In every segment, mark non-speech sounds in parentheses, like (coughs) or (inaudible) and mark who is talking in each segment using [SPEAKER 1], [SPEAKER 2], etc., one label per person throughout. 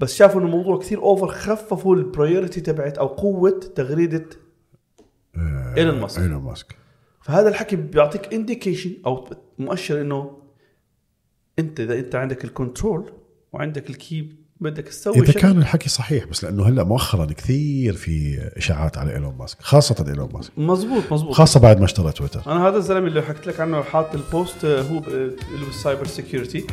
[SPEAKER 1] بس شافوا انه الموضوع كثير اوفر خففوا البريورتي تبعت او قوه تغريده
[SPEAKER 2] آه.
[SPEAKER 1] إيلون ماسك.
[SPEAKER 2] ايلون ماسك
[SPEAKER 1] فهذا الحكي بيعطيك انديكيشن او مؤشر انه انت اذا انت عندك الكنترول وعندك الكي بدك تسوي
[SPEAKER 2] اذا
[SPEAKER 1] شيء
[SPEAKER 2] كان الحكي صحيح بس لانه هلا مؤخرا كثير في اشاعات على ايلون ماسك خاصه ايلون ماسك
[SPEAKER 1] مزبوط مزبوط
[SPEAKER 2] خاصه بعد ما اشترى تويتر
[SPEAKER 1] انا هذا الزلمه اللي حكيت لك عنه حاط البوست آه، هو ب- اللي هو السايبر سيكيورتي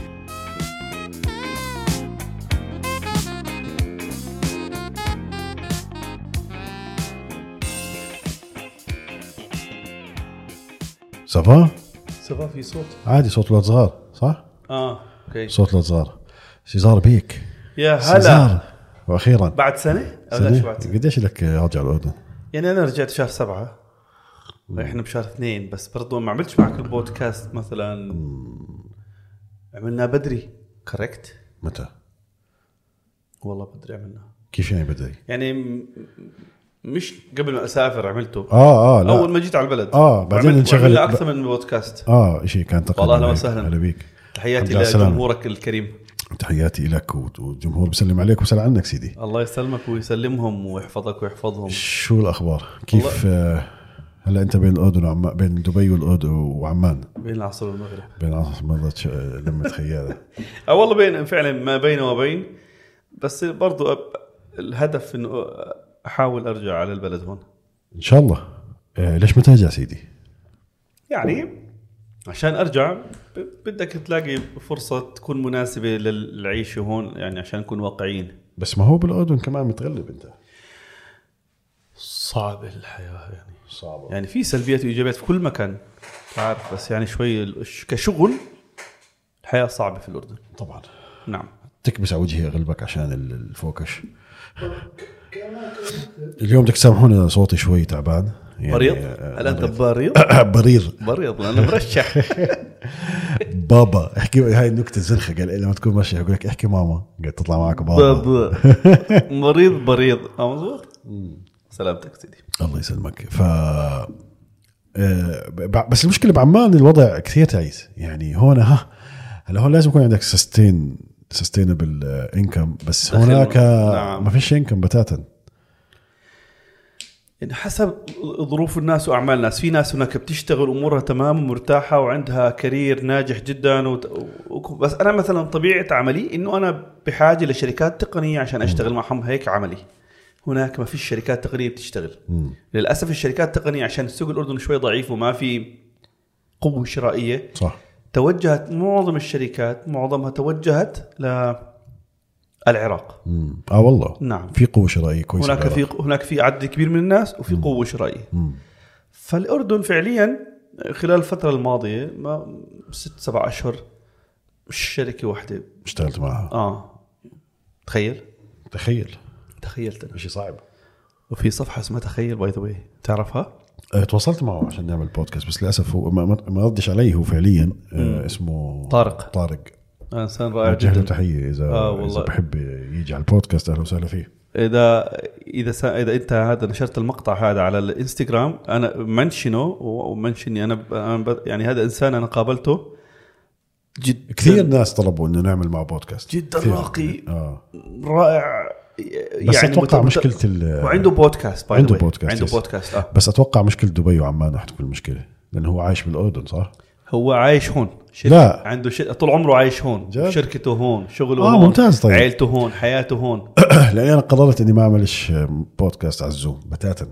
[SPEAKER 2] سافا
[SPEAKER 1] سبا في صوت
[SPEAKER 2] عادي صوت ولاد صغار صح؟
[SPEAKER 1] اه اوكي
[SPEAKER 2] صوت ولاد صغار سيزار بيك
[SPEAKER 1] يا هلا
[SPEAKER 2] سيزار واخيرا
[SPEAKER 1] بعد سنه؟ أو لا
[SPEAKER 2] سنة.
[SPEAKER 1] شو بعد سنه؟
[SPEAKER 2] قديش لك ارجع الاردن؟
[SPEAKER 1] يعني انا رجعت شهر سبعه احنا بشهر اثنين بس برضو ما عملتش معك البودكاست مثلا عملناه بدري كوركت
[SPEAKER 2] متى؟
[SPEAKER 1] والله بدري عملناه
[SPEAKER 2] كيف يعني بدري؟
[SPEAKER 1] يعني م- مش قبل ما اسافر عملته
[SPEAKER 2] اه اه لا
[SPEAKER 1] اول ما جيت على البلد
[SPEAKER 2] آه، بعدين
[SPEAKER 1] وعملت-
[SPEAKER 2] انشغلت.
[SPEAKER 1] وعملنا اكثر من بودكاست
[SPEAKER 2] اه شيء كان تقريبا
[SPEAKER 1] والله أهلا
[SPEAKER 2] هيك.
[SPEAKER 1] وسهلا.
[SPEAKER 2] هلا بيك
[SPEAKER 1] تحياتي
[SPEAKER 2] الحمد لله سلامة.
[SPEAKER 1] لجمهورك الكريم
[SPEAKER 2] تحياتي لك وت- والجمهور بسلم عليك وسلم عنك سيدي
[SPEAKER 1] الله يسلمك ويسلمهم ويحفظك ويحفظهم
[SPEAKER 2] شو الاخبار؟ كيف آه، هلا انت بين الاردن وعمان بين دبي والاردن وعمان بين
[SPEAKER 1] بين العصر والمغرب
[SPEAKER 2] عاصمة مرة ش- لمة خيالة
[SPEAKER 1] اه والله بين فعلا ما بين وبين بس برضو أب- الهدف انه احاول ارجع على البلد هون
[SPEAKER 2] ان شاء الله آه، ليش ما ترجع سيدي؟
[SPEAKER 1] يعني عشان ارجع ب- بدك تلاقي فرصه تكون مناسبه للعيشه هون يعني عشان نكون واقعيين
[SPEAKER 2] بس ما هو بالاردن كمان متغلب انت
[SPEAKER 1] صعب الحياه يعني
[SPEAKER 2] صعبة
[SPEAKER 1] يعني في سلبيات وايجابيات في كل مكان عارف بس يعني شوي ال- كشغل الحياه صعبه في الاردن
[SPEAKER 2] طبعا
[SPEAKER 1] نعم
[SPEAKER 2] تكبس على وجهي اغلبك عشان ال- الفوكش اليوم بدك تسامحوني أنا صوتي شوي تعبان يعني
[SPEAKER 1] بريض
[SPEAKER 2] آه، (clears throat)
[SPEAKER 1] هل انت
[SPEAKER 2] مريض.
[SPEAKER 1] بريض؟
[SPEAKER 2] برير
[SPEAKER 1] بريض لانه
[SPEAKER 2] (laughs)
[SPEAKER 1] مرشح
[SPEAKER 2] بابا احكي هاي النكته الزنخه قال لما تكون ماشي اقول لك احكي ماما قالت تطلع معك بابا,
[SPEAKER 1] بابا مريض بريض اه مضبوط سلامتك سيدي
[SPEAKER 2] الله يسلمك ف آه، ب- بس المشكله بعمان الوضع كثير تعيس يعني هون ها هلا هون لازم يكون عندك سستين سستينبل انكم بس
[SPEAKER 1] دخل-
[SPEAKER 2] هناك
[SPEAKER 1] نعم.
[SPEAKER 2] ما فيش انكم بتاتا
[SPEAKER 1] يعني حسب ظروف الناس واعمال الناس في ناس هناك بتشتغل امورها تمام ومرتاحه وعندها كارير ناجح جدا وت... و... بس انا مثلا طبيعه عملي انه انا بحاجه لشركات تقنيه عشان اشتغل معهم هيك عملي هناك ما فيش شركات تقنيه بتشتغل للاسف الشركات التقنيه عشان السوق الاردني شوي ضعيف وما في قوه شرائيه
[SPEAKER 2] صح
[SPEAKER 1] توجهت معظم الشركات معظمها توجهت للعراق
[SPEAKER 2] مم. اه والله
[SPEAKER 1] نعم.
[SPEAKER 2] في قوه شرائيه كويسه
[SPEAKER 1] هناك في
[SPEAKER 2] بالعراق.
[SPEAKER 1] هناك في عدد كبير من الناس وفي قوه شرائيه
[SPEAKER 2] مم.
[SPEAKER 1] فالاردن فعليا خلال الفتره الماضيه ما ست سبع اشهر مش شركه واحده
[SPEAKER 2] اشتغلت معها
[SPEAKER 1] اه تخيل
[SPEAKER 2] تخيل
[SPEAKER 1] تخيلت انا
[SPEAKER 2] شيء صعب
[SPEAKER 1] وفي صفحه اسمها تخيل باي ذا واي تعرفها؟
[SPEAKER 2] آه، تواصلت معه عشان نعمل بودكاست بس للاسف هو ما, ما- ما ردش علي هو فعليا آه اسمه
[SPEAKER 1] طارق.
[SPEAKER 2] طارق
[SPEAKER 1] أنا انسان آه، رائع
[SPEAKER 2] وجه له
[SPEAKER 1] جدا
[SPEAKER 2] تحيه اذا
[SPEAKER 1] آه،
[SPEAKER 2] آه
[SPEAKER 1] والله.
[SPEAKER 2] اذا بحب يجي على البودكاست اهلا وسهلا فيه
[SPEAKER 1] اذا اذا سا... اذا انت هذا نشرت المقطع هذا على الانستغرام انا منشنه ومنشني انا, ب... أنا ب... يعني هذا انسان انا قابلته جدا
[SPEAKER 2] كثير ناس طلبوا انه نعمل معه بودكاست
[SPEAKER 1] جدا
[SPEAKER 2] كثير.
[SPEAKER 1] راقي
[SPEAKER 2] اه
[SPEAKER 1] رائع
[SPEAKER 2] بس اتوقع
[SPEAKER 1] مت- مت-
[SPEAKER 2] مشكله ال-
[SPEAKER 1] وعنده بودكاست by the
[SPEAKER 2] عنده
[SPEAKER 1] way.
[SPEAKER 2] بودكاست،
[SPEAKER 1] عنده
[SPEAKER 2] yes.
[SPEAKER 1] بودكاست اه
[SPEAKER 2] بس اتوقع مشكله دبي وعمان رح تكون المشكله لانه هو عايش بالاردن صح؟ (clears throat)
[SPEAKER 1] هو عايش هون شركة
[SPEAKER 2] لا.
[SPEAKER 1] عنده شر... طول عمره عايش هون
[SPEAKER 2] جد؟
[SPEAKER 1] شركته هون شغله
[SPEAKER 2] آه،
[SPEAKER 1] هون
[SPEAKER 2] ممتاز طيب.
[SPEAKER 1] عيلته هون حياته هون
[SPEAKER 2] لاني انا قررت اني ما اعملش بودكاست على الزوم بتاتا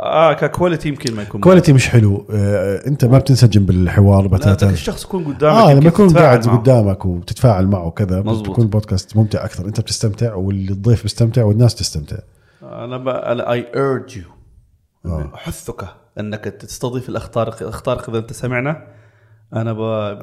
[SPEAKER 1] اه ككواليتي يمكن ما يكون
[SPEAKER 2] كواليتي مش حلو آه انت ما بتنسجم بالحوار
[SPEAKER 1] لا، بدك
[SPEAKER 2] بتاتا
[SPEAKER 1] الشخص يكون قدامك
[SPEAKER 2] اه لما
[SPEAKER 1] يمكن
[SPEAKER 2] يكون
[SPEAKER 1] تتفاعل
[SPEAKER 2] قاعد
[SPEAKER 1] معه.
[SPEAKER 2] قدامك وبتتفاعل معه وكذا
[SPEAKER 1] مزبوط.
[SPEAKER 2] بتكون بودكاست ممتع اكثر انت بتستمتع والضيف بيستمتع والناس تستمتع
[SPEAKER 1] انا ب... انا اي ارج يو
[SPEAKER 2] آه.
[SPEAKER 1] احثك انك تستضيف الاخ طارق الاخ طارق اذا انت سمعنا انا ب...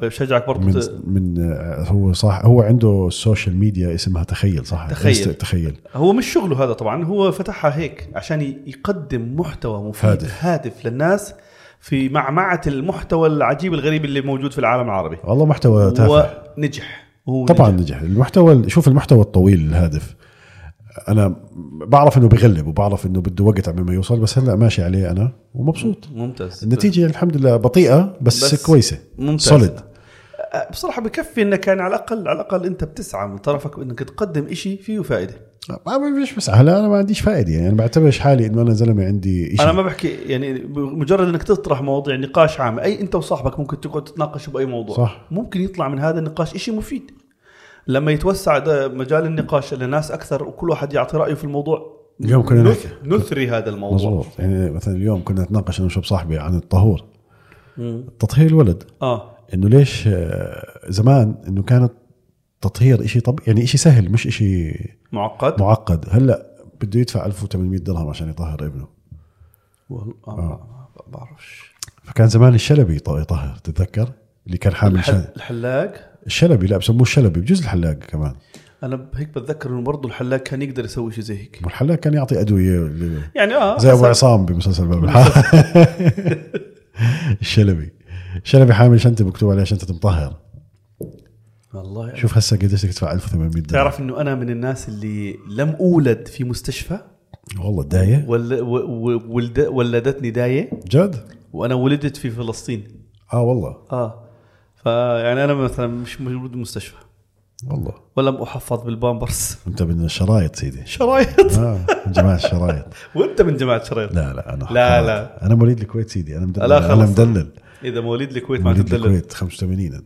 [SPEAKER 1] بشجعك برضه
[SPEAKER 2] من
[SPEAKER 1] ت...
[SPEAKER 2] من آه، هو صح هو عنده السوشيال ميديا اسمها تخيل صح
[SPEAKER 1] تخيل.
[SPEAKER 2] إنست- تخيل
[SPEAKER 1] هو مش شغله هذا طبعا هو فتحها هيك عشان ي- يقدم محتوى مفيد
[SPEAKER 2] هادف.
[SPEAKER 1] هادف, هادف للناس في معمعة المحتوى العجيب الغريب اللي موجود في العالم العربي
[SPEAKER 2] والله محتوى تافه
[SPEAKER 1] ونجح هو
[SPEAKER 2] طبعا
[SPEAKER 1] نجح.
[SPEAKER 2] نجح المحتوى شوف المحتوى الطويل الهادف انا بعرف انه بغلب وبعرف انه بده وقت عم ما يوصل بس هلا ماشي عليه انا ومبسوط
[SPEAKER 1] ممتاز
[SPEAKER 2] النتيجه الحمد لله بطيئه بس,
[SPEAKER 1] بس
[SPEAKER 2] كويسه
[SPEAKER 1] ممتاز
[SPEAKER 2] سوليد
[SPEAKER 1] آه، بصراحه بكفي انك يعني على الاقل على الاقل انت بتسعى من طرفك انك تقدم شيء فيه فائده
[SPEAKER 2] أه، ما بديش بس هلا انا ما عنديش فائده يعني انا بعتبرش حالي انه انا زلمه عندي شيء
[SPEAKER 1] انا ما بحكي يعني مجرد انك تطرح مواضيع نقاش عام اي انت وصاحبك ممكن تقعد تتناقشوا باي موضوع
[SPEAKER 2] صح.
[SPEAKER 1] ممكن يطلع من هذا النقاش شيء مفيد لما يتوسع ده مجال النقاش لناس اكثر وكل واحد يعطي رايه في الموضوع
[SPEAKER 2] اليوم كنا نحكي
[SPEAKER 1] نث- نثري هذا الموضوع
[SPEAKER 2] مظبوط يعني مثلا اليوم كنا نتناقش انا وشاب صاحبي عن الطهور
[SPEAKER 1] مم.
[SPEAKER 2] تطهير الولد
[SPEAKER 1] اه
[SPEAKER 2] انه ليش آه، زمان انه كانت تطهير شيء طب يعني شيء سهل مش شيء
[SPEAKER 1] معقد
[SPEAKER 2] معقد هلا بده يدفع 1800 درهم عشان يطهر ابنه
[SPEAKER 1] والله آه. ما بعرفش
[SPEAKER 2] فكان زمان الشلبي يط- يطهر تتذكر اللي كان حامل
[SPEAKER 1] الح-
[SPEAKER 2] شنب
[SPEAKER 1] الحلاق
[SPEAKER 2] الشلبي لا بسموه الشلبي بجوز الحلاق كمان
[SPEAKER 1] انا هيك بتذكر انه برضه الحلاق كان يقدر يسوي شيء زي هيك
[SPEAKER 2] والحلاق كان يعطي ادويه اللي-
[SPEAKER 1] يعني اه
[SPEAKER 2] زي ابو
[SPEAKER 1] حسب-
[SPEAKER 2] عصام بمسلسل باب الحاره (laughs) الشلبي الشلبي حامل شنطه مكتوب عليها شنطه مطهر
[SPEAKER 1] والله
[SPEAKER 2] شوف هسه قديش بدك تدفع 1800 دولار
[SPEAKER 1] تعرف انه انا من الناس اللي لم اولد في مستشفى
[SPEAKER 2] والله داية
[SPEAKER 1] ول... و... و... ولد... ولدتني دايه
[SPEAKER 2] جد
[SPEAKER 1] وانا ولدت في فلسطين
[SPEAKER 2] اه والله
[SPEAKER 1] اه فيعني انا مثلا مش موجود مستشفى
[SPEAKER 2] والله
[SPEAKER 1] ولم احفظ بالبامبرز (laughs)
[SPEAKER 2] انت من الشرايط سيدي
[SPEAKER 1] شرايط
[SPEAKER 2] اه من جماعه الشرايط
[SPEAKER 1] وانت من جماعه شرايط
[SPEAKER 2] لا لا انا
[SPEAKER 1] لا،
[SPEAKER 2] حرام.
[SPEAKER 1] لا.
[SPEAKER 2] انا مواليد الكويت سيدي انا مدلل
[SPEAKER 1] لا،
[SPEAKER 2] انا
[SPEAKER 1] خلص.
[SPEAKER 2] مدلل
[SPEAKER 1] اذا مواليد الكويت ما
[SPEAKER 2] مواليد
[SPEAKER 1] تدلل
[SPEAKER 2] الكويت 85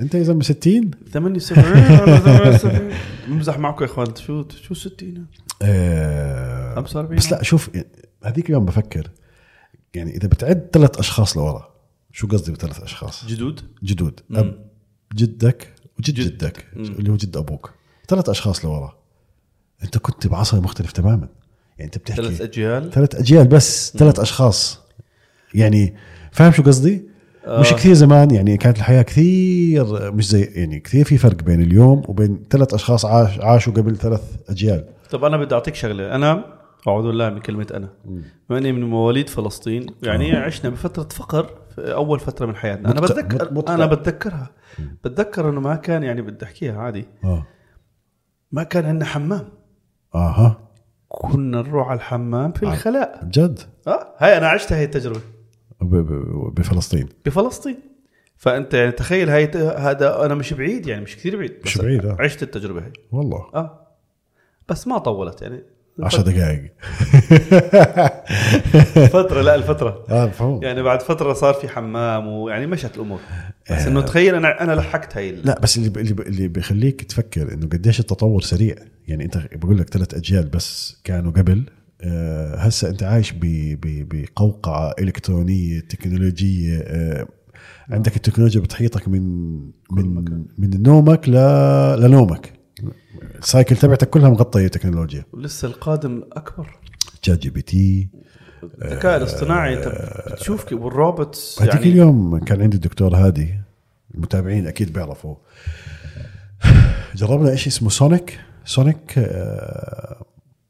[SPEAKER 2] انت يا زلمه 60
[SPEAKER 1] 78 بمزح معكم يا اخوان شو شو 60
[SPEAKER 2] آه،
[SPEAKER 1] 45
[SPEAKER 2] بس لا شوف هذيك اليوم بفكر يعني اذا بتعد ثلاث اشخاص لورا شو قصدي بثلاث اشخاص
[SPEAKER 1] جدود
[SPEAKER 2] جدود اب جدك وجد
[SPEAKER 1] جد.
[SPEAKER 2] جدك اللي هو جد ابوك ثلاث اشخاص لورا انت كنت بعصر مختلف تماما يعني انت بتحكي
[SPEAKER 1] ثلاث اجيال
[SPEAKER 2] ثلاث اجيال بس ثلاث اشخاص يعني فاهم شو قصدي؟ مش
[SPEAKER 1] آه.
[SPEAKER 2] كثير زمان يعني كانت الحياه كثير مش زي يعني كثير في فرق بين اليوم وبين ثلاث اشخاص عاش عاشوا قبل ثلاث اجيال
[SPEAKER 1] طب انا بدي اعطيك شغله انا اعوذ بالله من كلمه انا بما اني من مواليد فلسطين يعني
[SPEAKER 2] آه.
[SPEAKER 1] عشنا بفتره فقر في اول فتره من حياتنا انا
[SPEAKER 2] مطلق-
[SPEAKER 1] بتذكر
[SPEAKER 2] مطلق.
[SPEAKER 1] انا بتذكرها بتذكر انه ما كان يعني بدي احكيها عادي
[SPEAKER 2] اه
[SPEAKER 1] ما كان عندنا حمام
[SPEAKER 2] اها
[SPEAKER 1] كنا نروح على الحمام
[SPEAKER 2] آه.
[SPEAKER 1] في الخلاء
[SPEAKER 2] جد
[SPEAKER 1] اه هاي انا عشت هاي التجربه
[SPEAKER 2] ب- ب- بفلسطين
[SPEAKER 1] بفلسطين فانت يعني تخيل هاي هذا انا مش بعيد يعني مش كثير بعيد
[SPEAKER 2] مش
[SPEAKER 1] بس
[SPEAKER 2] بعيد، آه.
[SPEAKER 1] عشت التجربه هاي
[SPEAKER 2] والله
[SPEAKER 1] اه بس ما طولت يعني
[SPEAKER 2] 10 دقائق (laughs)
[SPEAKER 1] فتره لا الفتره
[SPEAKER 2] اه مفهوم
[SPEAKER 1] يعني بعد فتره صار في حمام ويعني مشت الامور بس انه تخيل انا انا لحقت هاي ال-
[SPEAKER 2] لا بس اللي اللي اللي بيخليك تفكر انه قديش التطور سريع يعني انت بقول لك ثلاث اجيال بس كانوا قبل آه، هسه انت عايش ب- ب- بقوقعه الكترونيه تكنولوجيه آه، عندك التكنولوجيا بتحيطك من من من نومك ل- لنومك السايكل تبعتك كلها مغطيه تكنولوجيا
[SPEAKER 1] ولسه القادم اكبر
[SPEAKER 2] تشات جي بي تي
[SPEAKER 1] الذكاء الاصطناعي انت بتشوف كيف والروبوتس
[SPEAKER 2] هذيك
[SPEAKER 1] يعني
[SPEAKER 2] يعني اليوم كان عندي الدكتور هادي المتابعين اكيد بيعرفوا جربنا شيء اسمه سونيك سونيك آه،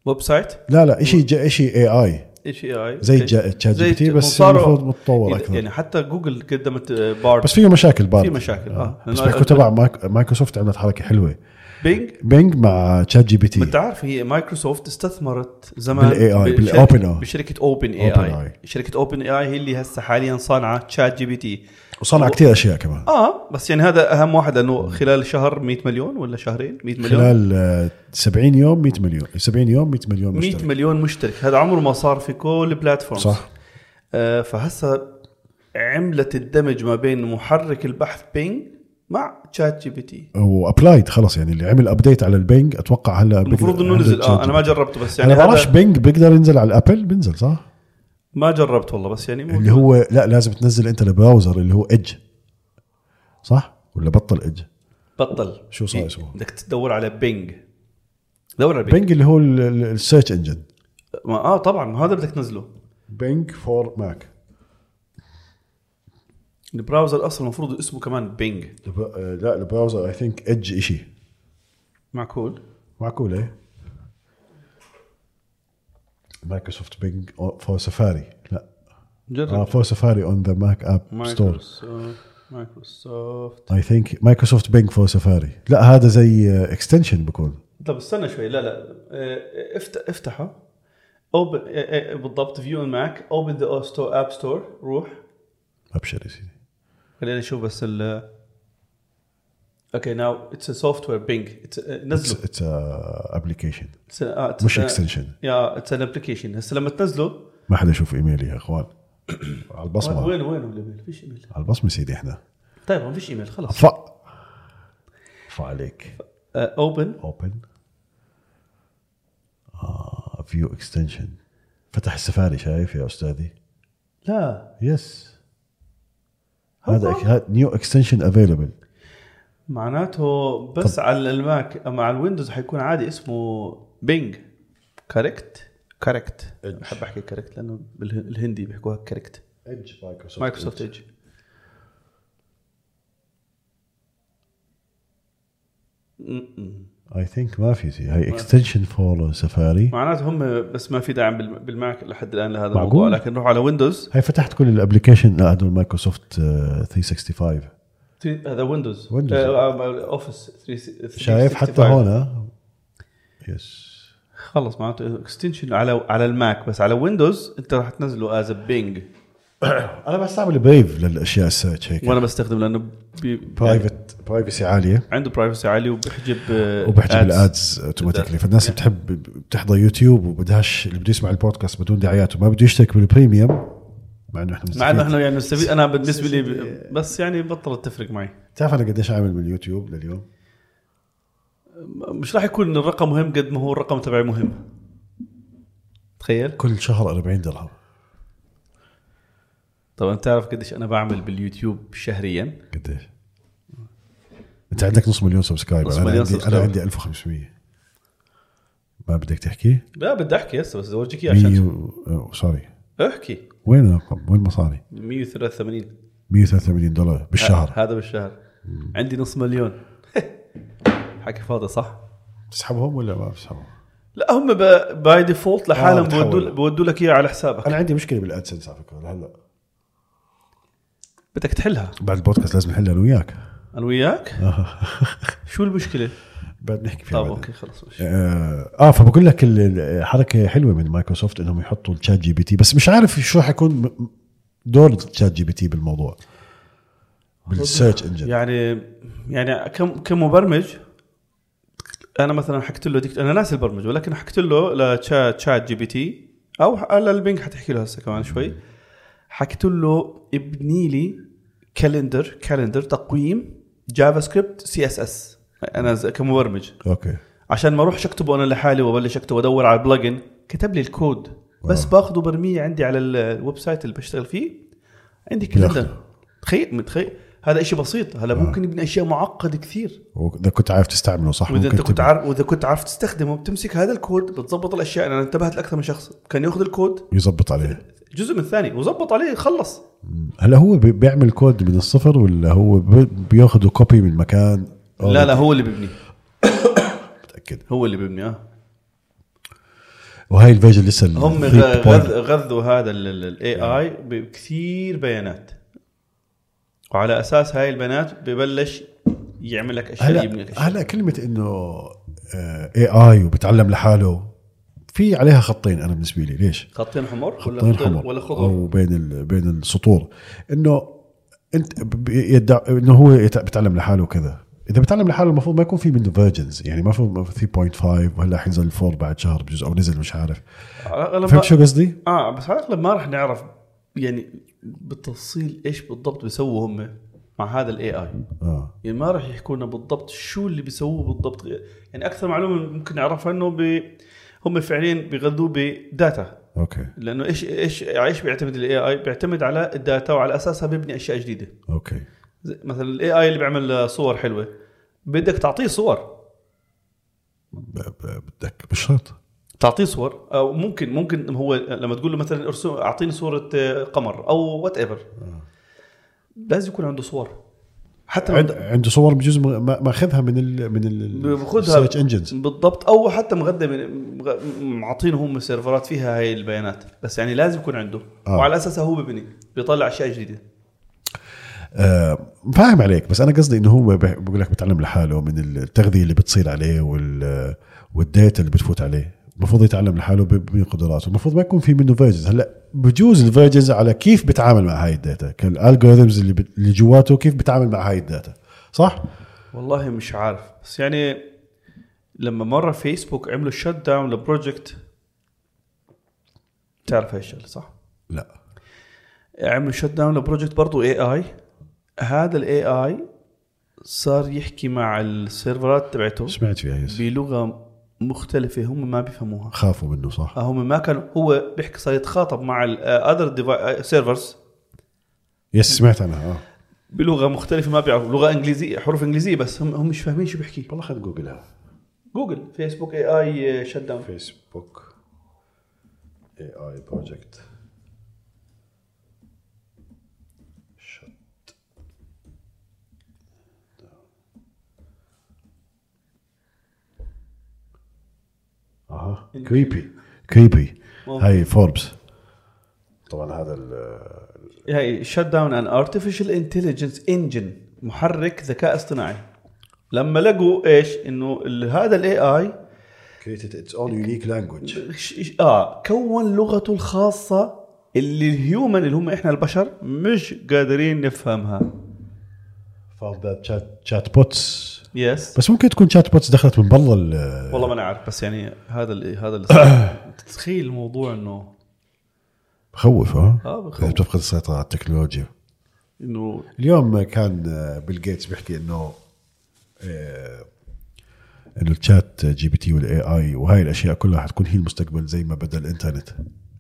[SPEAKER 1] ويب سايت
[SPEAKER 2] لا لا شيء شيء اي اي
[SPEAKER 1] ايش اي اي
[SPEAKER 2] زي جا- تشات جي بي تي بس المفروض متطور أكثر.
[SPEAKER 1] يعني حتى جوجل قدمت آه، بارد
[SPEAKER 2] بس فيه مشاكل بعض
[SPEAKER 1] في مشاكل، آه.
[SPEAKER 2] بس
[SPEAKER 1] لأنه
[SPEAKER 2] بيحكوا تبع مايك- مايكروسوفت عملت حركه حلوه
[SPEAKER 1] بينج
[SPEAKER 2] بينج مع تشات جي بي تي
[SPEAKER 1] انت عارف هي مايكروسوفت استثمرت زمان
[SPEAKER 2] بال AI
[SPEAKER 1] بشركة-
[SPEAKER 2] بالopen AI.
[SPEAKER 1] بشركه اوبن اي اي
[SPEAKER 2] OpenAI.
[SPEAKER 1] شركه اوبن اي اي هي اللي هسه حاليا صانعه تشات جي بي تي
[SPEAKER 2] وصنع كثير اشياء كمان
[SPEAKER 1] اه بس يعني هذا اهم واحد لانه خلال شهر 100 مليون ولا شهرين 100 مليون
[SPEAKER 2] خلال آه، 70 يوم 100 مليون 70 يوم 100 مليون
[SPEAKER 1] 100
[SPEAKER 2] مشترك
[SPEAKER 1] مليون مشترك هذا عمره ما صار في كل البلاتفورم
[SPEAKER 2] صح
[SPEAKER 1] آه فهسه عملت الدمج ما بين محرك البحث بينج مع تشات جي بي تي
[SPEAKER 2] وابلايد خلص يعني اللي عمل ابديت على البينج اتوقع هلا
[SPEAKER 1] المفروض
[SPEAKER 2] بيقدر-
[SPEAKER 1] انه
[SPEAKER 2] عنده
[SPEAKER 1] نزل
[SPEAKER 2] Chat
[SPEAKER 1] اه انا ما
[SPEAKER 2] GPT.
[SPEAKER 1] جربته بس
[SPEAKER 2] انا
[SPEAKER 1] يعني
[SPEAKER 2] ما بعرفش
[SPEAKER 1] هذا
[SPEAKER 2] بينج بيقدر ينزل على الابل بينزل صح؟
[SPEAKER 1] ما جربت والله بس يعني
[SPEAKER 2] اللي هو لا لازم تنزل انت البراوزر اللي هو ايدج صح؟ ولا بطل ايدج؟
[SPEAKER 1] بطل
[SPEAKER 2] شو صار اسمه؟
[SPEAKER 1] إيه. بدك تدور على بينج دور على بينج
[SPEAKER 2] بينج اللي هو ال- ال- السيرش انجن
[SPEAKER 1] ما اه طبعا ما هذا بدك تنزله
[SPEAKER 2] بينج فور ماك
[SPEAKER 1] البراوزر اصلا المفروض اسمه كمان بينج
[SPEAKER 2] uh, لا البراوزر اي ثينك ايدج شيء
[SPEAKER 1] معقول
[SPEAKER 2] معقول ايه؟ مايكروسوفت بينج فور سفاري لا آه،
[SPEAKER 1] جرب
[SPEAKER 2] فور سفاري اون ذا ماك اب ستور
[SPEAKER 1] مايكروسوفت مايكروسوفت
[SPEAKER 2] اي ثينك مايكروسوفت بينج فور سفاري لا هذا زي اكستنشن بكون
[SPEAKER 1] طب استنى شوي لا لا آه، افت- افتحه اوبن آه، بالضبط فيو ماك اوبن ذا ستور اب ستور روح
[SPEAKER 2] ابشر يا سيدي
[SPEAKER 1] خلينا نشوف بس ال اوكي ناو اتس سوفت وير بينج نزله
[SPEAKER 2] اتس ابلكيشن
[SPEAKER 1] آه، It's a- آه, it's
[SPEAKER 2] مش
[SPEAKER 1] a-
[SPEAKER 2] اكستنشن
[SPEAKER 1] يا اتس ان ابلكيشن هسه لما تنزله
[SPEAKER 2] ما حدا يشوف ايميلي يا اخوان على البصمه
[SPEAKER 1] وين وين الايميل؟ فيش ايميل
[SPEAKER 2] على البصمه سيدي احنا
[SPEAKER 1] طيب ما فيش ايميل خلاص
[SPEAKER 2] ف ف عليك
[SPEAKER 1] اوبن
[SPEAKER 2] اوبن آه فيو اكستنشن فتح السفاري شايف يا استاذي
[SPEAKER 1] لا
[SPEAKER 2] يس
[SPEAKER 1] هو.
[SPEAKER 2] هذا نيو اكستنشن افيلبل
[SPEAKER 1] معناته بس على الماك مع الويندوز حيكون عادي اسمه بينج كاركت كاركت
[SPEAKER 2] Edge.
[SPEAKER 1] بحب احكي كاركت لانه بالهندي بيحكوها كاركت
[SPEAKER 2] ايدج مايكروسوفت
[SPEAKER 1] مايكروسوفت ايدج
[SPEAKER 2] اي ثينك ما في شيء هي اكستنشن فور سفاري
[SPEAKER 1] معناته هم بس ما في دعم بالم- بالماك لحد الان لهذا
[SPEAKER 2] معقول؟
[SPEAKER 1] الموضوع لكن روح على ويندوز
[SPEAKER 2] هي فتحت كل الابلكيشن لا هدول مايكروسوفت آه، 365
[SPEAKER 1] تي- هذا ويندوز
[SPEAKER 2] Windows.
[SPEAKER 1] آه، اوفيس
[SPEAKER 2] شايف حتى هون يس
[SPEAKER 1] خلص معناته اكستنشن على على الماك بس على ويندوز انت راح تنزله از بينج
[SPEAKER 2] انا بستعمل بريف للاشياء السيرش هيك
[SPEAKER 1] وانا بستخدم لانه بي
[SPEAKER 2] برايفت برايفسي عاليه
[SPEAKER 1] عنده برايفسي عالي وبحجب آه،
[SPEAKER 2] وبحجب
[SPEAKER 1] ads.
[SPEAKER 2] الادز اوتوماتيكلي فالناس اللي بتحب بتحضر يوتيوب وبدهاش اللي بده يسمع البودكاست بدون دعايات وما بده يشترك بالبريميوم مع انه احنا
[SPEAKER 1] مع انه
[SPEAKER 2] بنستفيد.
[SPEAKER 1] احنا يعني نستفيد انا بالنسبه لي ب- بس يعني بطلت تفرق معي
[SPEAKER 2] بتعرف انا قديش عامل من اليوتيوب لليوم؟
[SPEAKER 1] مش راح يكون الرقم مهم قد ما هو الرقم تبعي مهم تخيل
[SPEAKER 2] كل شهر 40 درهم
[SPEAKER 1] طبعا تعرف قديش انا بعمل باليوتيوب شهريا
[SPEAKER 2] قديش؟ انت عندك نص مليون سبسكرايبر
[SPEAKER 1] نص
[SPEAKER 2] انا
[SPEAKER 1] مليون
[SPEAKER 2] عندي انا
[SPEAKER 1] سبسكرايبر.
[SPEAKER 2] عندي 1500 ما بدك تحكي؟
[SPEAKER 1] لا بدي احكي هسه بس اورجيك اياه
[SPEAKER 2] مية
[SPEAKER 1] عشان
[SPEAKER 2] و- أو، سوري
[SPEAKER 1] احكي
[SPEAKER 2] وين الرقم؟ وين المصاري؟
[SPEAKER 1] 183
[SPEAKER 2] 183 دولار بالشهر
[SPEAKER 1] هذا بالشهر عندي نص مليون (laughs) حكي فاضي صح؟
[SPEAKER 2] تسحبهم ولا ما بتسحبهم؟
[SPEAKER 1] لا هم ب- باي ديفولت لحالهم
[SPEAKER 2] آه، بتحول.
[SPEAKER 1] بودوا بودوا لك اياه على حسابك
[SPEAKER 2] انا عندي مشكله بالادسنس على فكره هلا
[SPEAKER 1] بدك تحلها
[SPEAKER 2] بعد البودكاست لازم نحلها انا وياك
[SPEAKER 1] انا وياك شو المشكله؟
[SPEAKER 2] بعد نحكي فيها
[SPEAKER 1] طيب
[SPEAKER 2] بعدين.
[SPEAKER 1] اوكي خلص ماشي.
[SPEAKER 2] آه, اه فبقول لك ال- الحركه حلوه من مايكروسوفت انهم يحطوا الشات جي بي تي بس مش عارف شو حيكون م- دور الشات جي بي تي بالموضوع بالسيرش انجن
[SPEAKER 1] يعني يعني كم كمبرمج انا مثلا حكيت له ديك انا ناسي البرمجه ولكن حكيت له لتشات شات جي بي تي او على البنك حتحكي له هسه كمان شوي حكيت له ابني لي كالندر كالندر تقويم جافا سكريبت سي اس اس انا ز- كمبرمج
[SPEAKER 2] اوكي
[SPEAKER 1] عشان ما اروحش اكتبه انا لحالي وابلش اكتب وادور على البلجن كتب لي الكود بس
[SPEAKER 2] واو.
[SPEAKER 1] باخده برميه عندي على ال- الويب سايت اللي بشتغل فيه عندي
[SPEAKER 2] بياخده.
[SPEAKER 1] كالندر تخيل متخيل هذا اشي بسيط
[SPEAKER 2] آه.
[SPEAKER 1] هلا ممكن يبني اشياء معقده كثير
[SPEAKER 2] واذا كنت عارف تستعمله صح
[SPEAKER 1] واذا انت كنت
[SPEAKER 2] تبني.
[SPEAKER 1] عارف واذا كنت عارف تستخدمه بتمسك هذا الكود بتظبط الاشياء انا انتبهت لاكثر من شخص كان ياخذ الكود
[SPEAKER 2] يزبط عليه
[SPEAKER 1] جزء من الثاني وظبط عليه خلص
[SPEAKER 2] هلا هو بي- بيعمل كود من الصفر ولا هو بياخذوا كوبي من مكان
[SPEAKER 1] لا لا هو اللي بيبني
[SPEAKER 2] متاكد
[SPEAKER 1] هو اللي بيبني اه
[SPEAKER 2] وهي الفيجن لسه ال
[SPEAKER 1] هم
[SPEAKER 2] 3
[SPEAKER 1] غ-
[SPEAKER 2] point.
[SPEAKER 1] غذ- غذوا هذا الاي اي بكثير بيانات وعلى اساس هاي البيانات ببلش يعمل لك اشياء يبني لك
[SPEAKER 2] هلا
[SPEAKER 1] اشياء
[SPEAKER 2] هلا كلمه انه اي اي وبتعلم لحاله في عليها خطين انا بالنسبه لي ليش؟
[SPEAKER 1] خطين حمر ولا
[SPEAKER 2] خطين حمر
[SPEAKER 1] ولا خضر
[SPEAKER 2] او بين ال- بين السطور انه انت ب- يدع انه هو يت- بتعلم لحاله وكذا اذا بتعلم لحاله المفروض ما يكون في منه فيرجنز يعني ما في ما في 3.5 وهلا حينزل 4 بعد شهر بجوز او نزل مش عارف
[SPEAKER 1] على الأغلب
[SPEAKER 2] فهمت
[SPEAKER 1] ما-
[SPEAKER 2] شو قصدي؟
[SPEAKER 1] اه بس على الاغلب ما راح نعرف يعني بالتفصيل ايش بالضبط بيسووا هم مع هذا الاي اي
[SPEAKER 2] اه
[SPEAKER 1] يعني ما راح يحكوا لنا بالضبط شو اللي بيسووه بالضبط يعني اكثر معلومه ممكن نعرفها انه بي هم فعليا بيغذوه بداتا
[SPEAKER 2] اوكي
[SPEAKER 1] لانه ايش ايش ايش بيعتمد الاي اي؟ بيعتمد على الداتا وعلى اساسها بيبني اشياء جديده،
[SPEAKER 2] اوكي
[SPEAKER 1] زي مثلا الاي اي اللي بيعمل آه، صور حلوه بدك تعطيه صور،
[SPEAKER 2] ب- ب- بدك مش شرط
[SPEAKER 1] تعطيه صور او ممكن ممكن هو لما تقول له مثلا ارسم اعطيني صوره آه، قمر او وات ايفر لازم يكون عنده صور حتى
[SPEAKER 2] عند-
[SPEAKER 1] مغد-
[SPEAKER 2] عنده صور بجوز ما- ما- ماخذها من ال من ال
[SPEAKER 1] بخذها
[SPEAKER 2] search engines
[SPEAKER 1] بالضبط او حتى مغدى من- مغ- معطينه هم سيرفرات فيها هاي البيانات بس يعني لازم يكون عنده
[SPEAKER 2] آه.
[SPEAKER 1] وعلى اساسها هو ببني بيطلع اشياء جديده
[SPEAKER 2] آه، فاهم عليك بس انا قصدي انه هو بح- بقول لك بتعلم لحاله من التغذيه اللي بتصير عليه وال والداتا اللي بتفوت عليه المفروض يتعلم لحاله ب- بقدراته المفروض ما يكون في منه فيرجنز هلا بجوز الفيرجنز على كيف بتعامل مع هاي الداتا كالالجوريزمز اللي بت- اللي جواته كيف بتعامل مع هاي الداتا صح
[SPEAKER 1] والله مش عارف بس يعني لما مره فيسبوك عملوا شت داون لبروجكت تعرف ايش صح؟
[SPEAKER 2] لا
[SPEAKER 1] عملوا شت داون لبروجكت برضه اي اي هذا الاي اي صار يحكي مع السيرفرات تبعته
[SPEAKER 2] سمعت فيها يس
[SPEAKER 1] بلغه مختلفه هم ما بيفهموها
[SPEAKER 2] خافوا منه صح
[SPEAKER 1] هم ما كانوا هو بيحكي صار يتخاطب مع الاذر سيرفرز
[SPEAKER 2] يس سمعت عنها اه
[SPEAKER 1] بلغه مختلفه ما بيعرفوا لغه انجليزيه حروف انجليزيه بس هم هم مش فاهمين شو بيحكي
[SPEAKER 2] والله خذ جوجلها
[SPEAKER 1] جوجل فيسبوك اي اي شت داون
[SPEAKER 2] فيسبوك اي اي بروجكت اها كريبي كريبي هاي فوربس طبعا هذا ال-
[SPEAKER 1] هي شت داون ان ارتفيشال انتليجنس انجن محرك ذكاء اصطناعي لما لقوا ايش انه ال- هذا الاي اي
[SPEAKER 2] created its own unique language
[SPEAKER 1] اه كون لغته الخاصه اللي الهيومن اللي هم احنا البشر مش قادرين نفهمها
[SPEAKER 2] for the chat chat bots
[SPEAKER 1] يس
[SPEAKER 2] بس ممكن تكون شات بوتس دخلت من برا ال-
[SPEAKER 1] والله ما انا عارف بس يعني هذا ال هذا ال- تخيل الموضوع انه
[SPEAKER 2] بخوف ها
[SPEAKER 1] آه، بخوف.
[SPEAKER 2] إذا بتفقد السيطره على التكنولوجيا
[SPEAKER 1] انه
[SPEAKER 2] اليوم كان آه، بيل جيتس بيحكي انه آه، انه الشات جي بي تي والاي اي وهاي الاشياء كلها حتكون هي المستقبل زي ما بدا الانترنت